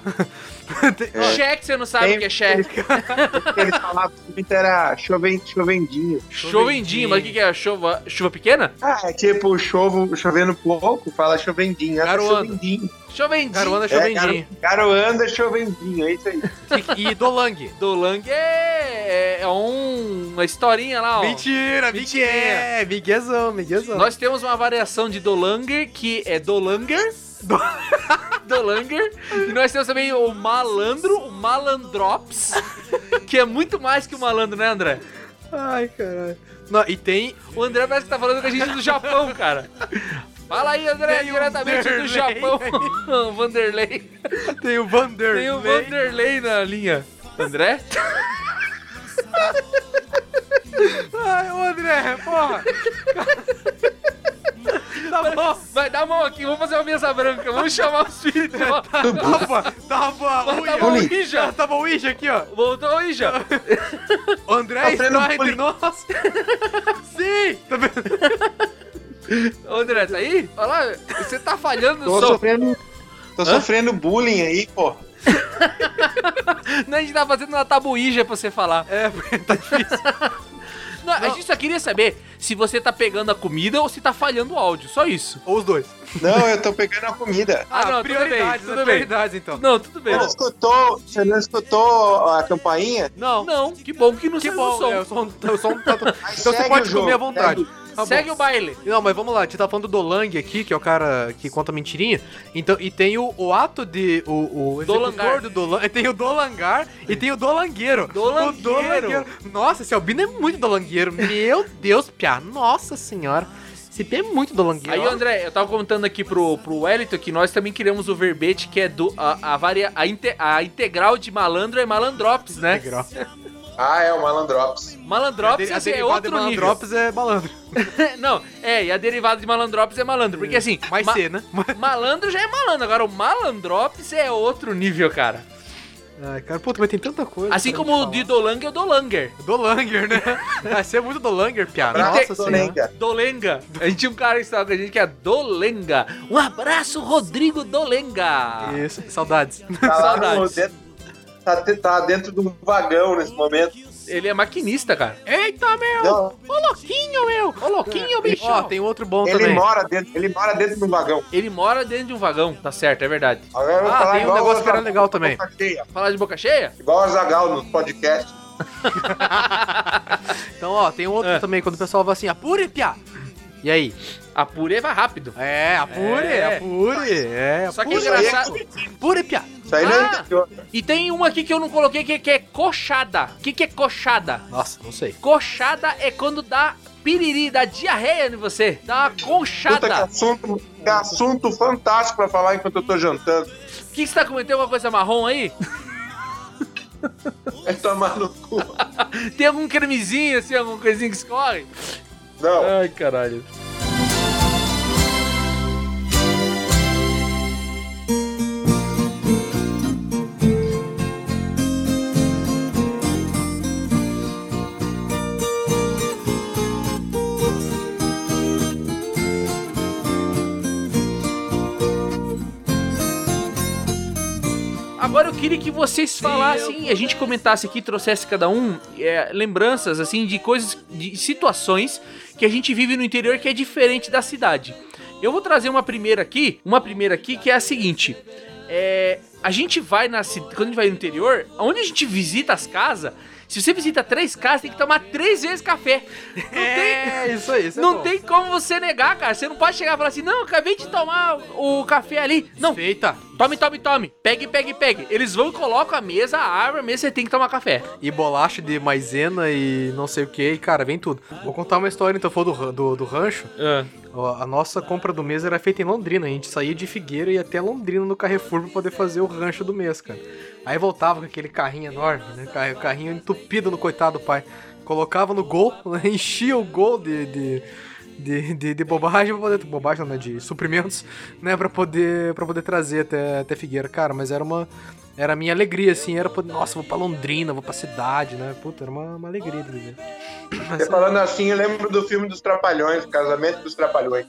Tem-
Xé que você não sabe o que é xé.
Eles, eles falavam que muito era choven, chovendinho.
Chovendinho, mas o que, que é? Chuva, chuva pequena?
Ah, é tipo chovo, chovendo pouco, fala chovendinho. Essa é
Garoando.
chovendinho.
Chovendinho.
Garuana
É,
Chovendinho.
garo- Garoanda chovendinho, é isso aí.
E, e Dolang.
Do Lang é, é, é um- uma historinha lá, ó. Mentira.
Mentira, mentira. É, miguezão, miguezão.
Nós temos uma variação de Dolanger, que é Dolanger. Do... Dolanger. E nós temos também o Malandro, o Malandrops, que é muito mais que o Malandro, né, André?
Ai, caralho. Não, e tem
O André parece que tá falando com a gente do Japão, cara. Fala aí, André,
Tem o
diretamente do
Vanderlei
Japão. Vanderlei.
Tem o Vander.
Tem o Vanderlei na linha. André?
Ai, ô André, porra. tá bom.
Vai, dá a mão aqui, vamos fazer uma mesa branca. Vamos chamar os filhos.
Tá Tava, tava o
Tava o Ija.
Tava o Ija Tá aqui, ó.
Voltou o Ija.
O André
Tá tendo
está
bullying.
entre nós. Sim. Tá vendo?
Ô, André, tá aí? Olha lá, você tá falhando
Tô
no som.
sofrendo. Tô sofrendo bullying aí, pô.
Não, a gente tá fazendo uma tabuíja pra você falar.
É, porque tá difícil.
Não, a gente só queria saber se você tá pegando a comida ou se tá falhando o áudio, só isso.
Ou os dois.
Não, eu tô pegando a comida.
Ah, não,
prioridades,
tudo
as
bem, tudo bem.
prioridades, então.
Não, tudo bem.
Você não escutou, você não escutou a campainha?
Não.
Não, que bom que não
Que
saiu o
bom,
som.
é, o som, o som tá... Então
segue
você pode
o jogo,
comer à vontade. Tá bom.
Segue o baile.
Não, mas vamos lá, a gente tá falando do Dolang aqui, que é o cara que conta mentirinha. Então, e tem o, o ato de. O, o
Dolangar.
executor do Dolang. Tem o Dolangar e tem o Dolangueiro.
Dolangueiro.
O Nossa, esse albino é muito Dolangueiro. Meu Deus, Piá. Nossa senhora. Esse Piá é muito Dolangueiro.
Aí, André, eu tava contando aqui pro, pro Wellington que nós também queremos o verbete que é do. A, a, varia, a, inte- a integral de malandro é malandrops, né?
Integral.
Ah, é o Malandrops.
Malandrops
A
assim, é
derivada de
outro nível.
Malandrops é malandro.
não, é, e a derivada de malandrops é malandro. Porque assim.
Mais
ma-
C, né?
Malandro já é malandro, agora o malandrops é outro nível, cara.
Ai, cara, puta, mas tem tanta coisa.
Assim
pra
como
gente
o de
falar.
Dolanger é o Dolanger.
Dolanger, né? Vai ser muito Dolanger, Piá.
Abraço,
Nossa senhora.
Dolenga.
Dolenga. A gente tinha um cara que estava com a gente que é Dolenga. Um abraço, Rodrigo Dolenga.
Isso, saudades.
Tá lá no,
Saudades.
dentro, tá, te- tá dentro de um vagão nesse momento.
Ele é maquinista, cara.
Eita, meu!
Não,
Ô, louquinho, meu! Ô, louquinho, bicho! Ó, tem outro bom
ele,
também.
mora dentro, ele mora dentro de um vagão.
Ele mora dentro de um vagão, tá certo, é verdade.
Agora eu vou
Ah,
falar
tem um
igual
negócio
o
que era
Zagal,
legal também.
boca cheia.
Falar de boca cheia?
Igual o Zagal nos podcasts.
Então, ó, tem outro
É.
também, quando o pessoal fala assim, apure, piá! E aí?
A purê vai rápido.
É, apure,
É.
apure, é,
Só que é
apure,
engraçado.
apure, piá!
Isso aí não
Ah!
é interior.
E tem uma aqui que eu não coloquei que, que é coxada. O que, que é coxada?
Nossa, não sei.
Coxada é quando dá piriri, dá diarreia em você. Dá uma
Puta, que
conchada.
assunto, que assunto fantástico pra falar enquanto eu tô jantando.
O que, que você tá comentando? Alguma coisa marrom aí?
É tomar no cu.
Tem algum cremezinho assim, alguma coisinha que escorre?
Não,
Ai, caralho. Agora eu queria que vocês falassem, a gente comentasse aqui, trouxesse cada um é, lembranças assim de coisas, de situações que a gente vive no interior que é diferente da cidade. Eu vou trazer uma primeira aqui, uma primeira aqui que é a seguinte: é, a gente vai na ci- quando a gente vai no interior, onde a gente visita as casas, se você visita três casas tem que tomar três vezes café. Não tem,
É, isso aí, isso é
não
bom.
tem como você negar, cara. Você não pode chegar e falar assim, não, eu acabei de tomar o café ali. Não,
Feita.
Tome, tome, tome. Pegue, pegue, pegue. Eles vão e colocam a mesa, abrem a mesa, você tem que tomar café.
E bolacha de maisena e não sei o que, e cara, vem tudo. Vou contar uma história, então, foi do, ran- do, do rancho. Ó, A nossa compra do mês era feita em Londrina. A gente saía de Figueira e ia até Londrina no Carrefour pra poder fazer o rancho do mês, cara. Aí voltava com aquele carrinho enorme, né? Car- O carrinho entupido no coitado do pai. Colocava no gol, né? enchia o gol de, de, de, de, de bobagem, pra poder, bobagem não, né? de suprimentos, né? Pra poder, pra poder trazer até, até Figueira. Cara, mas era uma, Era a minha alegria, assim, era, poder- nossa, vou pra Londrina, vou pra cidade, né? Puta, era uma, uma alegria de viver. é
Você falando assim, eu lembro do filme dos Trapalhões, Casamento dos Trapalhões.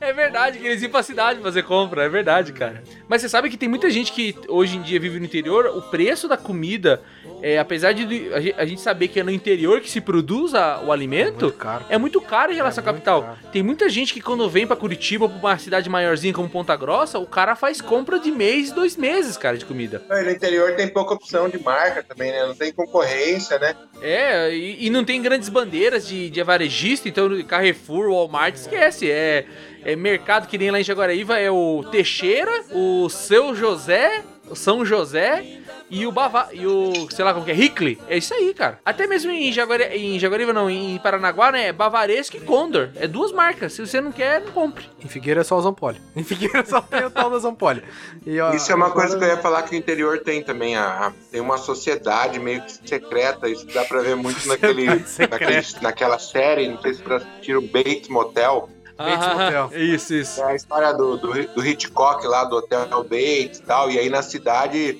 é verdade que eles iam pra cidade fazer compra, é verdade, cara. Mas você sabe que tem muita gente que hoje em dia vive no interior, o preço da comida, é, apesar de a ge- a gente saber que é no interior que se produz a- o alimento,
Muito caro.
é muito caro em relação
É
à
muito
capital.
caro.
Tem muita gente que quando vem pra Curitiba, pra uma cidade maiorzinha como Ponta Grossa, o cara faz compra de mês, dois meses, cara, de comida.
Não, e No interior tem pouca opção de marca também, né? Não tem concorrência, né?
É, e, e não tem grandes bandeiras de, de varejista, então Carrefour, Walmart, esquece. É, é mercado que nem lá em Jaguaraíva é o Teixeira, o Seu José, o São José e o Bava, e o, sei lá como que é, Hickley. É isso aí, cara. Até mesmo em, Jaguari, em Jaguariva, não, em Paranaguá, né, é Bavaresco e Condor. É duas marcas, se você não quer, não compre.
Em Figueira é só o Zampoli. Em Figueira só tem o tal da Zampoli. E, ó,
Isso é uma coisa que eu ia falar que o interior tem também. A, a- tem uma sociedade meio que secreta. Isso dá pra ver muito naquele,
Sociedade secreta.
naquele- naquela série. Não sei se vocês assistiram Bates Motel.
Bates Motel.
é isso, isso.
É a história do, do, do Hitchcock lá do Hotel Bates e tal. E aí na cidade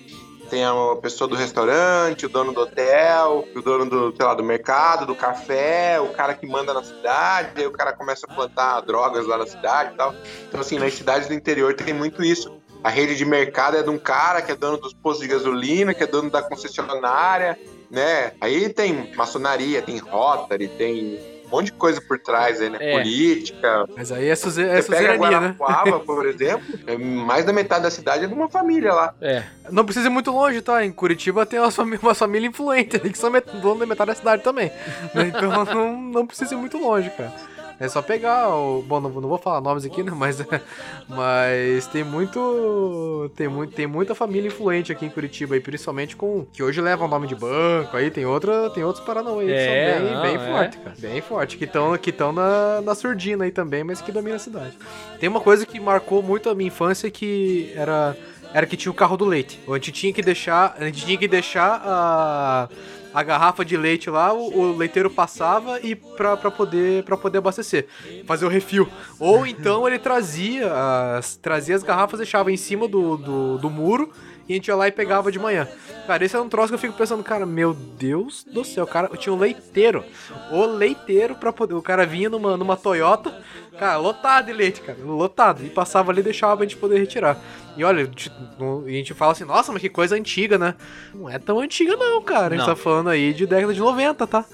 tem a pessoa do restaurante, o dono do hotel, o dono do, sei lá, do mercado, do café, o cara que manda na cidade, aí o cara começa a plantar drogas lá na cidade e tal. Então, assim, nas cidades do interior tem muito isso. A rede de mercado é de um cara que é dono dos postos de gasolina, que é dono da concessionária, né? Aí tem maçonaria, tem Rotary, tem um monte de coisa por trás aí, né?
É.
Política,
Mas aí é, suze... é
você pega
suzerania, né?
Guarapuava, por exemplo, é mais da metade da cidade é de uma família lá.
É.
Não precisa ir muito longe, tá? Em Curitiba tem umas famí- uma família, influente ali que são met dono da metade da cidade também. né? Então não, não precisa ir muito longe, cara. É só pegar o. Bom, não, vou- não vou falar nomes aqui, né? Mas, mas tem muito. Tem, muito, tem muita família influente aqui em Curitiba, e principalmente com. Que hoje leva o nome de banco, aí tem outra. Tem outros Paranauê
É,
que são bem,
não,
bem
é.
fortes, cara. Bem forte. Que estão que tão na, na surdina aí também, mas que domina a cidade. Tem uma coisa que marcou muito a minha infância que era era que tinha o carro do leite. A gente tinha que deixar, a gente tinha que deixar a, a garrafa de leite lá, o, o leiteiro passava e pra, pra poder para poder abastecer, fazer o refil. Ou então ele trazia as trazia as garrafas, deixava em cima do, do, do muro e a gente ia lá e pegava de manhã. Cara, esse é um troço que eu fico pensando, cara, meu Deus do céu, cara, tinha um leiteiro. O leiteiro pra poder, o cara vinha numa numa Toyota, cara, lotado de leite, cara, lotado e passava ali e deixava pra gente poder retirar. E olha, ti- no- e a gente fala assim, nossa, mas que coisa antiga, né? Não é tão antiga não, cara. A gente
Não.
tá falando aí de década de 90, tá?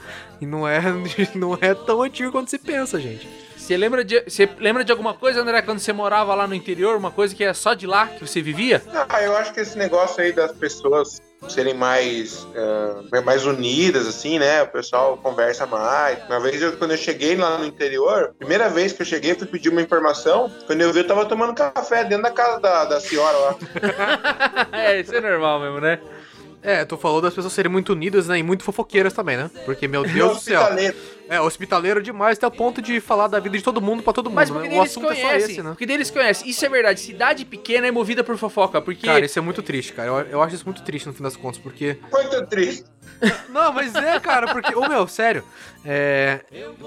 E não é, não é tão antigo quanto se pensa, gente.
Você lembra de, você lembra de alguma coisa, André, quando você morava lá no interior, uma coisa que é só de lá que você vivia?
Ah, eu acho que esse negócio aí das pessoas serem mais, ah, mais unidas, assim, né? O pessoal conversa mais. Uma vez, eu, quando eu cheguei lá no interior, primeira vez que eu cheguei, fui pedir uma informação. Quando eu vi, eu tava tomando café dentro da casa da, da senhora lá.
é, isso é normal mesmo, né?
É, tu falou das pessoas serem muito unidas, né? E muito fofoqueiras também, né? Porque, meu Deus do céu.
Hospitaleiro.
É, hospitaleiro demais até o ponto de falar da vida de todo mundo pra todo mundo.
Mas
né?
porque
O
deles
assunto
conhecem,
é só esse, né?
porque deles conhecem. Isso é verdade, cidade pequena é movida por fofoca, porque
Cara, isso é muito triste, cara. Eu, eu acho isso muito triste no fim das contas, porque.
Muito triste.
Não, mas é, cara, porque. Ô, meu, sério. É.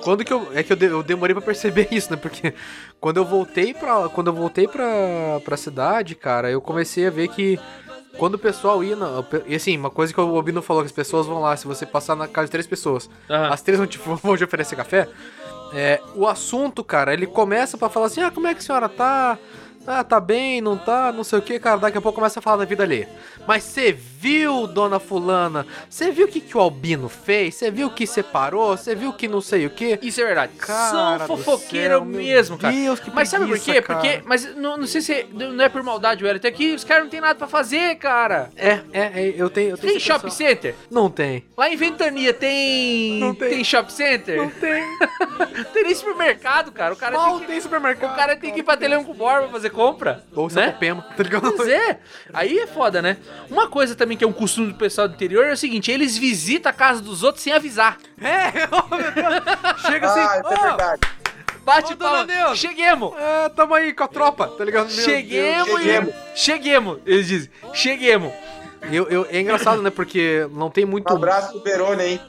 Quando que eu. É que eu, de- eu demorei pra perceber isso, né? Porque quando eu voltei pra. Quando eu voltei pra, pra cidade, cara, eu comecei a ver que. Quando o pessoal ia na. E assim, uma coisa que o Obino falou, que as pessoas vão lá, se você passar na casa de três pessoas,
Aham.
as três vão te, vão te oferecer café. É, o assunto, cara, ele começa pra falar assim: ah, como é que a senhora tá? Ah, tá bem, não tá, não sei o que, cara. Daqui a pouco começa a falar da vida alheia. Mas você viu, dona Fulana? Você viu o que, que o Albino fez? Você viu que separou? Você viu que não sei o que?
isso é verdade.
Cara
São
do
fofoqueiro
céu, meu
mesmo, cara.
Deus, que
Mas sabe por
preguiça,
quê?
cara.
Porque, mas não, não sei se não é por maldade, velho, até que os caras não tem nada pra fazer, cara.
É, é, é, eu tenho. Eu tenho
Tem
essa
shopping
impressão.
center?
Não tem.
Lá em Ventania tem
Não tem.
shopping center?
Não tem.
Tem nem supermercado, cara. O cara
Mal
tem que
tem supermercado.
o cara tem que ir pra Telhão com Borba fazer compra,
Ou
né?
Sapopema, tá ligado?
Pois é, aí é foda, né? Uma coisa também que é um costume do pessoal do interior é o seguinte: eles visitam a casa dos outros sem avisar.
É, ô, meu Deus. Chega assim.
ah, isso é
"Ô,
verdade.
Bate
Ô,
palma.
dona Neuza!
Cheguemos!
É, tamo aí com a tropa, tá ligado? Meu Deus.
Cheguemos,
Deus,
e- cheguemos! Eles dizem, cheguemos!
Eu, eu- é engraçado, né? Porque não tem muito.
Um abraço pro Verone, hein?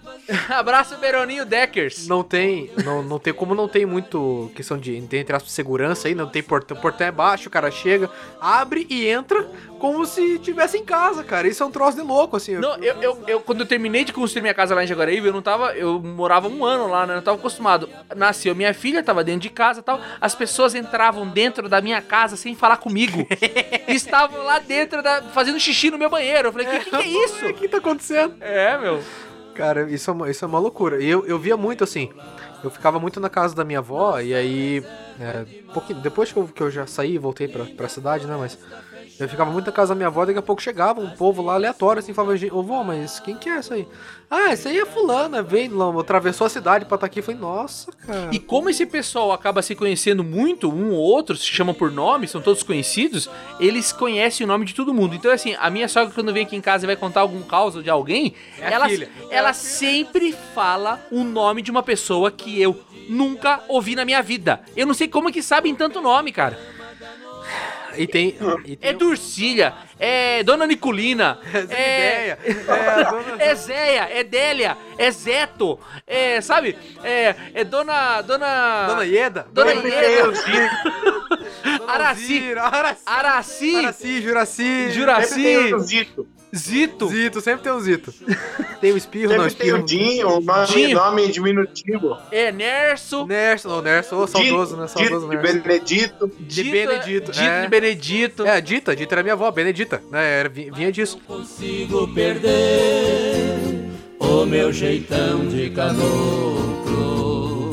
Abraço, Beroninho Deckers.
Não tem, não, não tem, como não tem muito questão de, entre aspas, segurança aí, não tem portão, o portão é baixo, o cara chega, abre e entra como se estivesse em casa, cara. Isso é um troço de louco, assim.
Não, eu, eu, eu- quando eu terminei de construir minha casa lá em Jaguaraíva, eu não tava. Eu morava um ano lá, né? Eu não tava acostumado. Nasceu minha filha, tava dentro de casa e tal. As pessoas entravam dentro da minha casa sem falar comigo. Estavam lá dentro da. fazendo xixi no meu banheiro. Eu falei, que, que, que é isso?
O que tá acontecendo?
É, meu.
Cara, isso é uma, isso é uma loucura. E eu, eu via muito, assim, eu ficava muito na casa da minha avó, e aí, é, pouquinho, depois que eu, que eu já saí, voltei pra, pra cidade, né, mas... Eu ficava muito na casa da minha avó, daqui a pouco chegava um povo lá aleatório, assim, falava, "Gente, ô vó, mas quem que é isso aí? Ah, isso aí é fulana, vem, lá, atravessou a cidade pra estar aqui. Eu falei, nossa, cara.
E como esse pessoal acaba se conhecendo muito, um ou outro, se chamam por nome, são todos conhecidos, eles conhecem o nome de todo mundo. Então, assim, a minha sogra, quando vem aqui em casa e vai contar algum caso de alguém,
É a
ela,
filha.
ela sempre fala o nome de uma pessoa que eu nunca ouvi na minha vida. Eu não sei como que sabem tanto nome, cara.
E tem. E tem
É Durcília, é Dona Nicolina, é...
Ideia. É, a dona-
É Zéia, é Délia, é Zeto, é, sabe? É, é Dona. Dona.
Dona Ieda.
Dona
Dona
Ieda.
Dona
Araci.
Zira, Araci.
Araci,
Araci, Juraci.
Sempre tem
Juraci,
o Zito.
Zito.
Zito, sempre tem um Zito. Tem o Espirro, não, um
Sempre tem um
Espirro.
o Dinho, o nome,
Dinho.
nome diminutivo.
É Nerso,
Nerson, não, Nerson, ô, saudoso, né?
Dito
Saudoso
de
Nerson.
Benedito.
De
Dito-
Benedito,
Dito
é.
de Benedito.
É, a Dita, a Dita era minha avó, a Benedita, né? era- vi- Vinha disso.
consigo perder o meu jeitão de caboclo.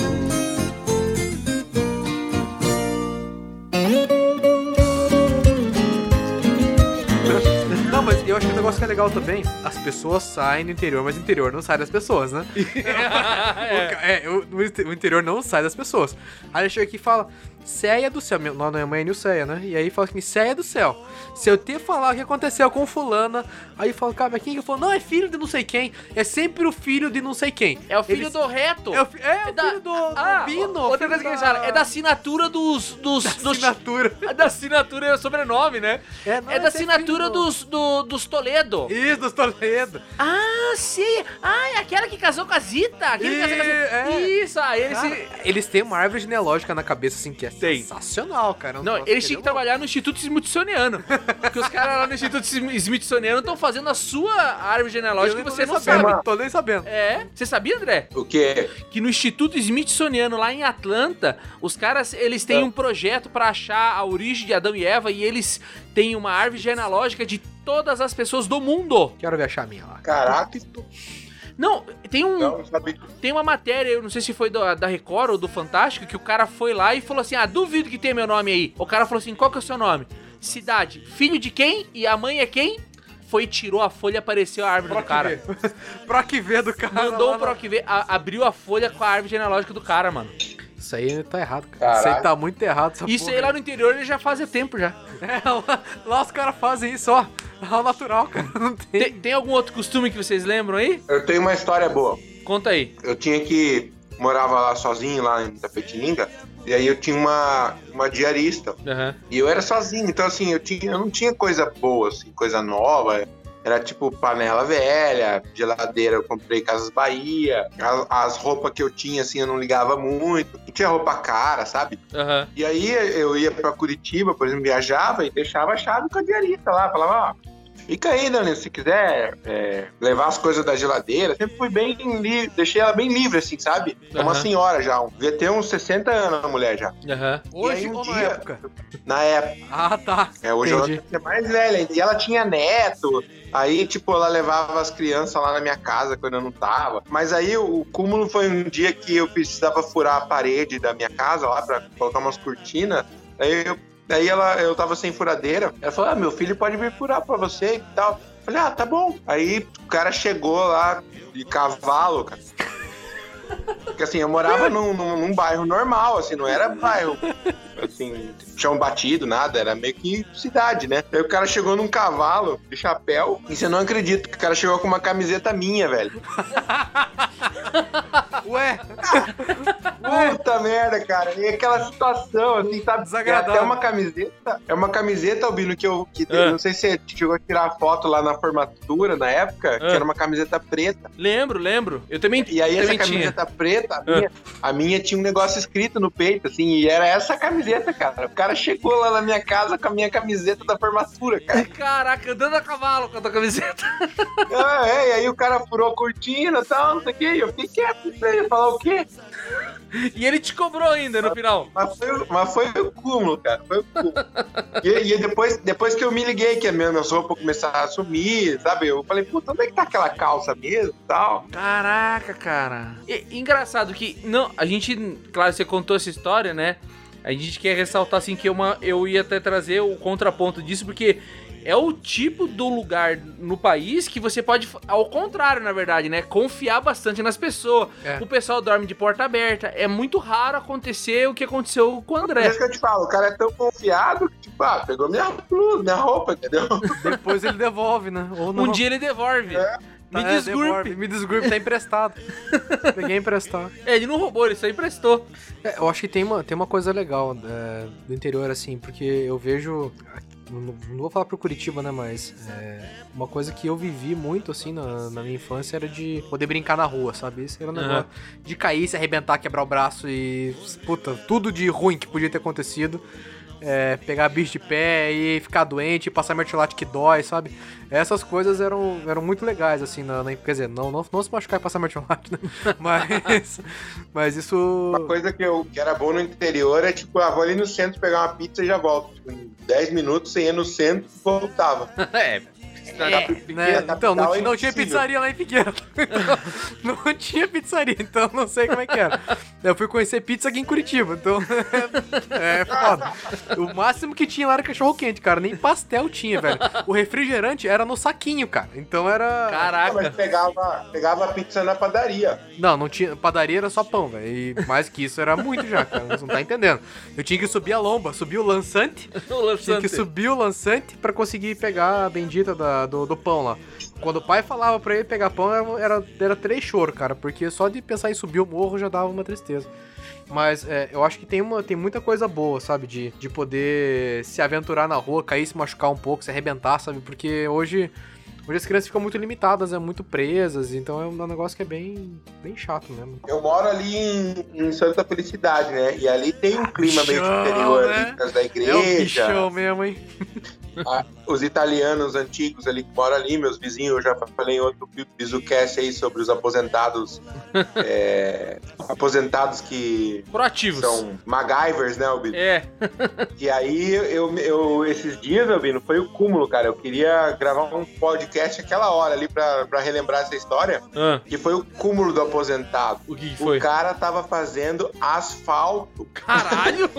Não, mas eu acho que o negócio que é legal também, as pessoas saem do interior, mas o interior não sai das pessoas, né? O ca- É, o, o inte- o interior não sai das pessoas. Aí ele chega aqui e fala, Céia do céu. Meu, não, minha mãe é Nilceia, né? E aí fala assim, Céia do céu. Se eu te falar o que aconteceu com fulana, aí fala, cara, mas quem que eu falo? Não, é filho de não sei quem. É sempre o filho de não sei quem.
É o filho
Eles-
do reto.
É o, fi- é, o
da-
filho do
Ah,
Albino.
outra
filho
coisa que eles
da-
falam, é da assinatura dos... dos, dos-
assinatura.
da assinatura é o sobrenome, né?
É, não,
é da
esse é
assinatura
filho do-
dos, do- dos Toledo.
Isso, dos Toledo.
Ah, sei. Ah, é aquela que casou com a Zita. Aquele que
E-
casou com a Zita.
é.
Isso, aí eles...
Cara, eles têm uma árvore genealógica na cabeça, assim, que é
Tem.
sensacional, cara. É um
Não,
troço
eles tinham que
é louco.
trabalhar no Instituto Smithsoniano. Porque os caras lá no Instituto Sm- Smithsoniano estão fazendo a sua árvore genealógica
Eu
que
nem tô
você
nem
não
sabendo,
sabe.
Tô nem sabendo.
É, você sabia, André?
O quê?
Que no Instituto Smithsoniano lá em Atlanta, os caras, eles têm um projeto pra achar a origem de Adão e Eva e eles têm uma árvore genealógica de todas as pessoas do mundo.
Quero ver achar a minha lá.
Caraca, então,
Não, tem um,
não, não sabe.
tem uma matéria, eu não sei se foi da, da Record ou do Fantástico, que o cara foi lá e falou assim: Ah, duvido que tenha meu nome aí. O cara falou assim: Qual que é o seu nome? Cidade. Filho de quem? E a mãe é quem? Foi, tirou a folha, apareceu a árvore do cara.
Pro que ver do cara.
Mandou
lá
um pro
na-
que ver, a- abriu a folha com a árvore genealógica do cara, mano.
Isso aí tá errado, cara.
Caralho.
Isso aí tá muito errado. Essa
Isso
porra
aí é lá no interior ele já fazia tempo já.
É, lá, lá os caras fazem isso, ó. Ao natural, cara. Não tem.
Tem, tem algum outro costume que vocês lembram aí?
Eu tenho uma história boa.
Conta aí.
eu tinha que morava lá sozinho lá em Tapetininga e aí eu tinha uma uma diarista e eu era sozinho então assim eu tinha eu não tinha coisa boa assim coisa nova era tipo panela velha, geladeira, eu comprei Casas Bahia. As, as roupas que eu tinha, assim, eu não ligava muito. Não tinha roupa cara, sabe?
Aham.
E aí eu ia pra Curitiba, por exemplo, viajava e deixava a chave com a diarista lá. Falava, ó, fica aí, Dani, se quiser é, levar as coisas da geladeira. Sempre fui bem livre, deixei ela bem livre, assim, sabe? É uma
Aham.
senhora já, um- devia ter uns 60 anos a mulher já.
Aham.
Hoje
aí um
ou na
dia-
época?
Na época,
Ah, tá.
é, hoje
Entendi.
ela tinha mais velha. E ela tinha neto. Aí, tipo, ela levava as crianças lá na minha casa quando eu não tava. Mas aí o o cúmulo foi um dia que eu precisava furar a parede da minha casa lá pra colocar umas cortinas. Aí eu Daí ela, eu tava sem furadeira. Ela falou: Ah, meu filho pode vir furar pra você e tal. Eu Falei, ah, tá bom. Aí o cara chegou lá de cavalo, cara. Porque assim, eu morava num, num, num bairro normal, assim, não era bairro, assim, chão batido, nada, era meio que cidade, né? Aí o cara chegou num cavalo de chapéu, e você não acredita, o cara chegou com uma camiseta minha, velho.
Ué,
É.
Puta merda, cara. E aquela situação, assim, sabe?
Desagradável.
É até uma camiseta. É uma camiseta, Albino, que eu. Que
Ah.
Não sei se você chegou a tirar a foto lá na formatura na época, que
Ah.
era uma camiseta preta.
Lembro, lembro. Eu também,
E aí essa
também tinha. É.
camiseta preta, a minha, a minha tinha um negócio escrito no peito, assim, e era essa camiseta, cara. O cara chegou lá na minha casa com a minha camiseta da formatura, cara.
Caraca, andando a cavalo com a tua camiseta.
ah, é, e aí o cara furou a cortina e tal, não sei o quê. E eu fiquei quieto, não sei, eu ia falar o quê?
E ele te cobrou ainda no final.
Mas foi, mas foi o cúmulo, cara. Foi o cúmulo. e e depois, depois que eu me liguei que a minha, minhas roupas começaram a sumir, sabe? Eu falei, puta, onde é que tá aquela calça mesmo e tal?
Caraca, cara. E- engraçado que não, a gente, claro, você contou essa história, né? A gente quer ressaltar assim que uma, eu ia até trazer o contraponto disso porque é o tipo do lugar no país que você pode, ao contrário, na verdade, né? Confiar bastante nas pessoas.
É.
O pessoal dorme de porta aberta. É muito raro acontecer o que aconteceu com o
Por
André.
isso que eu te falo, o cara é tão confiado que, tipo, ah, pegou minha blusa, minha roupa, entendeu?
Depois ele devolve, né? Ou não.
Um dia ele devolve. Me
Tá, é, devolve.
desculpe.
Me desculpe, tá emprestado. Peguei emprestado.
É, ele não roubou, ele só emprestou.
É, eu acho que tem uma, tem uma coisa legal é, do interior, assim, porque eu vejo. Não, não vou falar pro Curitiba, né? Mas é, uma coisa que eu vivi muito, assim, na, na minha infância era de poder brincar na rua, sabe? Isso era um
Aham.
negócio. De cair, se arrebentar, quebrar o braço e. Puta, tudo de ruim que podia ter acontecido. É, pegar bicho de pé e ficar doente, passar mertiolate que dói, sabe? Essas coisas eram, eram muito legais, assim, na, na- quer dizer, não, não, não se machucar e passar mertiolate, né? Mas, mas isso...
Uma coisa que, eu, que era bom no interior é tipo, ah, vou ali no centro pegar uma pizza e já volto. Tipo, em 10 minutos você ia no centro e voltava.
é,
Né?
Na
Então, não,
capital é
ti- não tinha
impossível.
pizzaria lá em Figueira. Então, não tinha pizzaria, então não sei como é que era. Eu fui conhecer pizza aqui em Curitiba, então é foda. O máximo que tinha lá era cachorro quente, cara. Nem pastel tinha, velho. O refrigerante era no saquinho, cara. Então era.
Ah,
caraca.
Mas pegava, pegava a pizza na padaria.
Não, não tinha. Padaria era só pão, velho. E mais que isso era muito já, cara. Você não tá entendendo. Eu tinha que subir a lomba, subir o lançante
O
Tinha que
lançante.
subir o lançante pra conseguir pegar a bendita da- do, do pão lá. Quando o pai falava pra ele pegar pão, era, era, era três choros, cara, porque só de pensar em subir o morro já dava uma tristeza. Mas é, eu acho que tem, uma, tem muita coisa boa, sabe? De, de poder se aventurar na rua, cair, se machucar um pouco, se arrebentar, sabe? Porque hoje, hoje as crianças ficam muito limitadas, é muito presas, então é um negócio que é bem, bem chato mesmo.
Eu moro ali em, em Santa Felicidade, né? E ali tem um clima meio
Bichão,
de interior
né?
ali, por causa da
É um
igreja.
bichão mesmo, hein?
a- os italianos antigos ali que moram ali, meus vizinhos, eu já falei em outro bisucast aí sobre os aposentados. é, aposentados que
Proativos.
são MacGyvers, né, Albino?
É,
E aí, eu, eu- esses dias, Albino, foi o cúmulo, cara. Eu queria gravar um podcast aquela hora ali pra, pra relembrar essa história,
Ah,
que foi o cúmulo do aposentado.
o que, que
O
foi?
cara tava fazendo asfalto.
Caralho!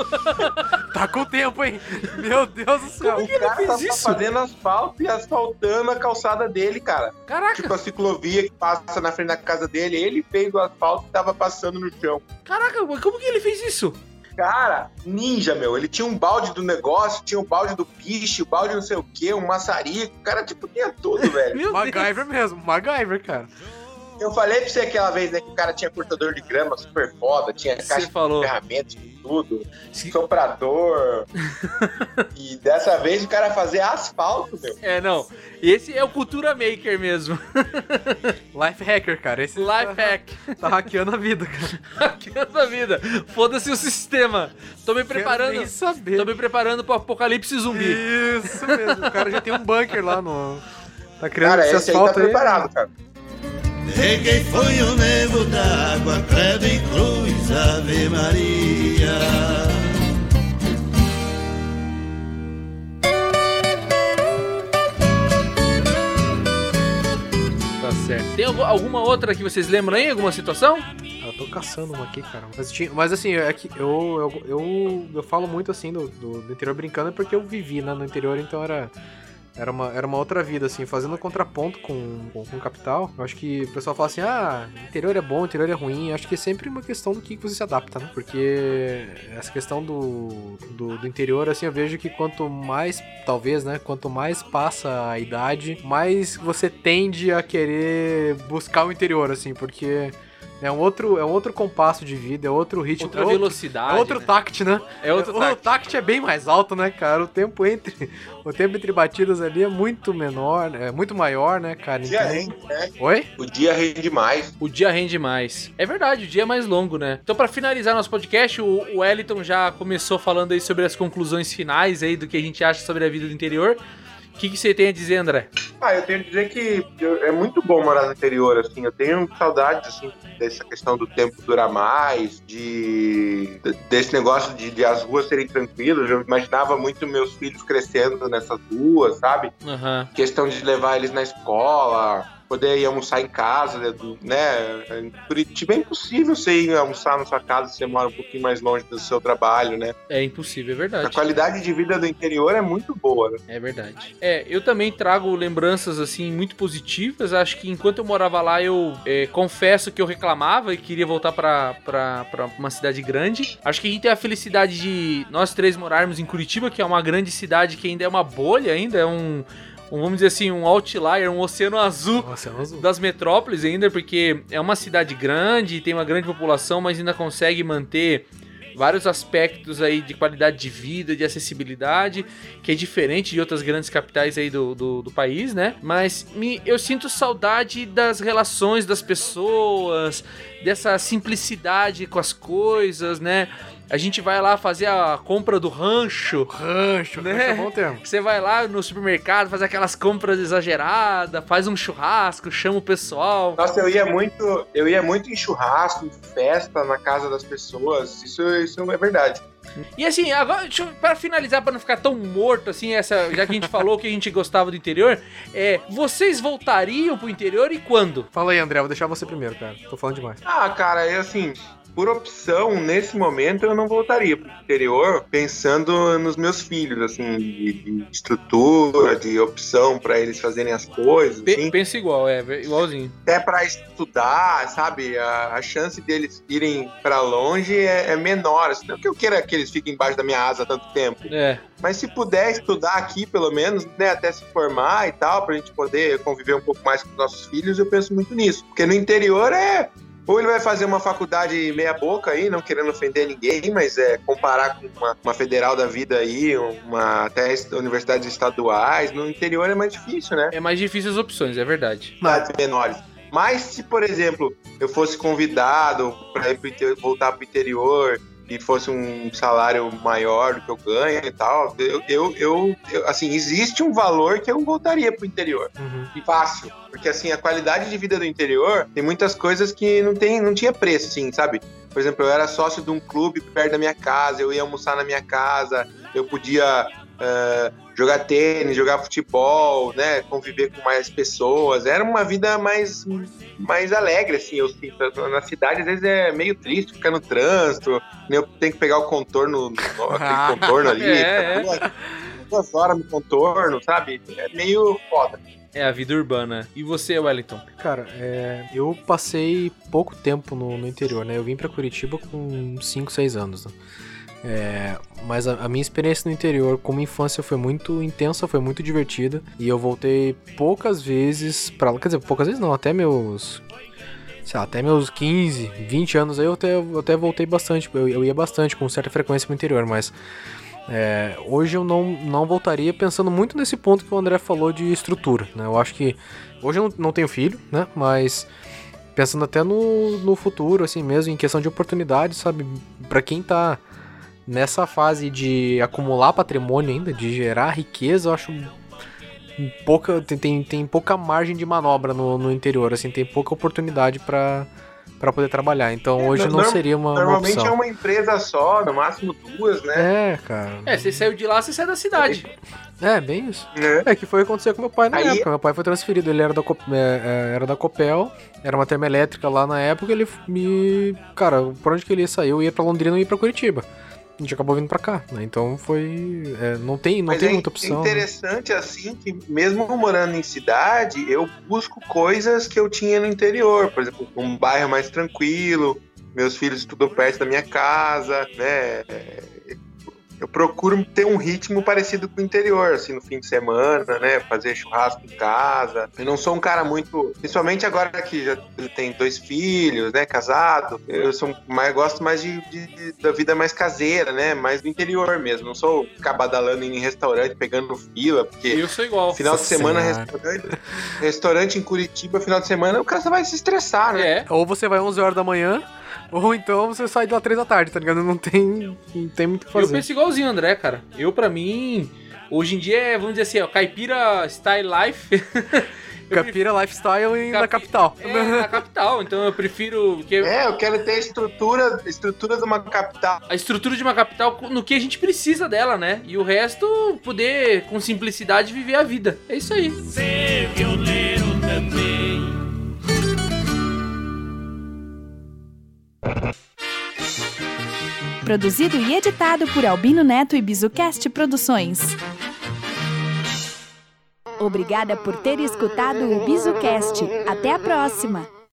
Tá com tempo, hein? Meu Deus do céu.
o cara
fez
tava
isso?
fazendo asfalto e asfaltando a calçada dele, cara.
Caraca,
Tipo a ciclovia que passa na frente da casa dele, ele fez o asfalto e tava passando no chão.
caraca, mas como que ele fez isso?
Cara, ninja, meu. Ele tinha um balde do negócio, tinha um balde do bicho, balde não sei o quê, um maçarico. O cara, tipo, tinha tudo, velho.
Meu Deus.
MacGyver mesmo, MacGyver, cara.
Eu falei pra você aquela vez, né, que o cara tinha cortador de grama super foda, tinha
Você
caixa
falou.
de ferramentas, tinha tudo,
Se-
soprador. e dessa vez o cara fazia asfalto, meu.
É, não. Esse é o Cultura Maker mesmo.
Life hacker, cara. Esse
Life
tá,
hack.
tá hackeando a vida, cara.
Aqui da vida. Foda-se o sistema. Tô me
Quero nem
preparando.
saber.
Tô me preparando pro apocalipse zumbi.
Isso mesmo. O cara já tem um bunker lá no. Tá criando
Cara,
esse
esse aí tá
asfalto aí.
preparado, cara.
E quem foi o nego d'água, credo e cruz, Ave Maria.
Tá certo. Tem algu- alguma outra que vocês lembram aí? Alguma situação?
Eu Ah, tô caçando uma aqui, cara. Mas, tinha- mas assim, é que eu, eu, eu, eu falo muito assim do, do- do interior brincando porque eu vivi né, no interior, então era. Era uma, era uma outra vida, assim, fazendo contraponto com, com, com capital. Eu acho que o pessoal fala assim, ah, interior é bom, interior é ruim. Eu acho que é sempre uma questão do que você se adapta, né? Porque essa questão do, do, do interior, assim, eu vejo que quanto mais, talvez, né? Quanto mais passa a idade, mais você tende a querer buscar o interior, assim, porque É um outro, é um outro compasso de vida, é outro ritmo.
Outra
é outro-
velocidade.
é outro
né?
tact, né?
É outro
o
tact.
é bem mais alto, né, cara? O tempo entre o tempo entre batidas ali é muito menor, é muito maior, né, cara?
O dia
Então-
rende, né?
Oi?
O dia rende mais.
O dia rende mais. É verdade, o dia é mais longo, né? Então, pra finalizar nosso podcast, o o Wellington já começou falando aí sobre as conclusões finais aí do que a gente acha sobre a vida do interior. O que, que você tem a dizer, André?
Ah, eu tenho que dizer que eu- é muito bom morar no interior, assim. Eu tenho saudades, assim, dessa questão do tempo durar mais, de de- desse negócio de, de as ruas serem tranquilas. Eu imaginava muito meus filhos crescendo nessas ruas, sabe?
Aham.
Questão de levar eles na escola, poder ir almoçar em casa, né? Em Curitiba é impossível você ir almoçar na sua casa se você mora um pouquinho mais longe do seu trabalho, né?
É impossível, é
A
verdade.
qualidade de vida do interior é muito boa, né?
É verdade. É, eu também trago lembranças, assim, muito positivas. Acho que enquanto eu morava lá, eu é, confesso que eu reclamava e queria voltar pra, pra, pra uma cidade grande. Acho que a gente tem a felicidade de nós três morarmos em Curitiba, que é uma grande cidade que ainda é uma bolha, ainda é um, um vamos dizer assim, um outlier, um oceano azul
Nossa, é um azul.
das metrópoles ainda, porque é uma cidade grande, tem uma grande população, mas ainda consegue manter vários aspectos aí de qualidade de vida, de acessibilidade, que é diferente de outras grandes capitais aí do, do, do país, né? Mas me, eu sinto saudade das relações das pessoas, dessa simplicidade com as coisas, né? A gente vai lá fazer a compra do rancho,
Rancho,
Né?
rancho é bom termo.
você vai lá no supermercado, faz aquelas compras exageradas, faz um churrasco, chama o pessoal.
Nossa, eu ia muito, eu ia muito em churrasco, em festa, na casa das pessoas. Isso, isso é verdade.
E assim, agora, deixa eu- pra finalizar, pra não ficar tão morto assim, essa, já que a gente falou que a gente gostava do interior, é, vocês voltariam pro interior e quando?
Fala aí, André, vou deixar você primeiro, cara. Tô falando demais.
Ah, cara, é assim, por opção, nesse momento eu não voltaria pro interior, pensando nos meus filhos, assim, de, de estrutura, de opção pra eles fazerem as coisas,
Pe-
assim.
Pensa igual, é, igualzinho.
até pra estudar, sabe? A, a chance deles irem pra longe é, é menor. assim, Não que eu queira que eles fiquem embaixo da minha asa tanto tempo.
É.
Mas se puder estudar aqui, pelo menos, né, até se formar e tal, pra gente poder conviver um pouco mais com os nossos filhos, eu penso muito nisso. Porque no interior é. Ou ele vai fazer uma faculdade meia boca aí, não querendo ofender ninguém, mas é comparar com uma, uma federal da vida aí, uma até est- universidades estaduais, no interior é mais difícil, né?
É mais difícil as opções, é verdade.
cidades menores. Mas se, por exemplo, eu fosse convidado para ir pro interior, voltar pro interior e fosse um salário maior do que eu ganho e tal, eu, eu, eu, eu- assim, existe um valor que eu voltaria pro interior.
Uhum.
Fácil. Porque assim, a qualidade de vida do interior tem muitas coisas que não, tem, não tinha preço, assim, sabe? Por exemplo, eu era sócio de um clube perto da minha casa, eu ia almoçar na minha casa, eu podia ah, jogar tênis, jogar futebol, né? Conviver com mais pessoas. Era uma vida mais, mais alegre, assim. Eu sinto. Na cidade, às vezes, é meio triste ficar no trânsito, né? Eu tenho que pegar o contorno, aquele contorno ali.
É, é.
fica duas- Duas horas no contorno, sabe? É meio foda.
É a vida urbana. E você, Wellington?
Cara, é, eu passei pouco tempo no, no interior, né? Eu vim pra Curitiba com 5, 6 anos, né? É, mas a, a minha experiência no interior como infância foi muito intensa, foi muito divertida. E eu voltei poucas vezes pra lá. Quer dizer, poucas vezes não, até meus. Sei lá, até meus 15, 20 anos aí eu até, eu até voltei bastante. Eu, eu ia bastante, com certa frequência pro interior, mas. é, hoje eu não, não voltaria pensando muito nesse ponto que o André falou de estrutura, né? Eu acho que Hoje eu não, não tenho filho, né? Mas pensando até no, no futuro, assim mesmo, em questão de oportunidade, sabe? Pra quem tá nessa fase de acumular patrimônio ainda, de gerar riqueza, eu acho um pouca, tem, tem, tem pouca margem de manobra no, no interior, assim, tem pouca oportunidade pra, pra poder trabalhar. Então
É,
hoje não
norm-
seria uma, uma
Normalmente
opção.
é uma empresa só, no máximo duas, né?
É, cara.
É, você saiu de lá, você sai da cidade.
É, bem isso.
É.
É que foi o que aconteceu com meu pai na
Aí-
época. Meu pai foi transferido, ele era da, Co- é, é, era da Copel, era uma termoelétrica lá na época, ele me. Cara, por onde que ele ia sair? Eu ia pra Londrina e ia pra Curitiba. A gente acabou vindo pra cá, né? Então foi. é, não tem, não
Mas
tem
é
muita opção. né?
interessante, assim, que mesmo morando em cidade, eu busco coisas que eu tinha no interior. Por exemplo, um bairro mais tranquilo, meus filhos estudam perto da minha casa, né? eu procuro ter um ritmo parecido com o interior, assim, no fim de semana, né? Fazer churrasco em casa. Eu não sou um cara muito. Principalmente agora que já tem dois filhos, né? Casado. Eu sou mais, gosto mais de, de- da vida mais caseira, né? Mais do interior mesmo. Não sou ficar badalando em restaurante, pegando fila, porque.
Eu sou igual.
Final de semana,
Senhora.
restaurante, restaurante em Curitiba, final de semana, o cara só vai se estressar, né?
É.
Ou você vai 11 horas da manhã, ou então você sai de lá 3 da tarde, tá ligado? Não tem, não tem muito o que
Eu
fazer.
penso igualzinho, André, cara. Eu, pra mim, hoje em dia é, vamos dizer assim, ó, caipira style life. Eu prefiro-
Capira lifestyle em, na
Capi-
capital.
É, na capital. Então eu prefiro. Que
É, eu quero ter a estrutura, a estrutura de uma capital.
a estrutura de uma capital no que a gente precisa dela, né? E o resto, poder, com simplicidade, viver a vida. É isso aí.
ser pioneiro também.
Produzido e editado por Albino Neto e Bizucast Produções. Obrigada por ter escutado o Bizucast. Até a próxima!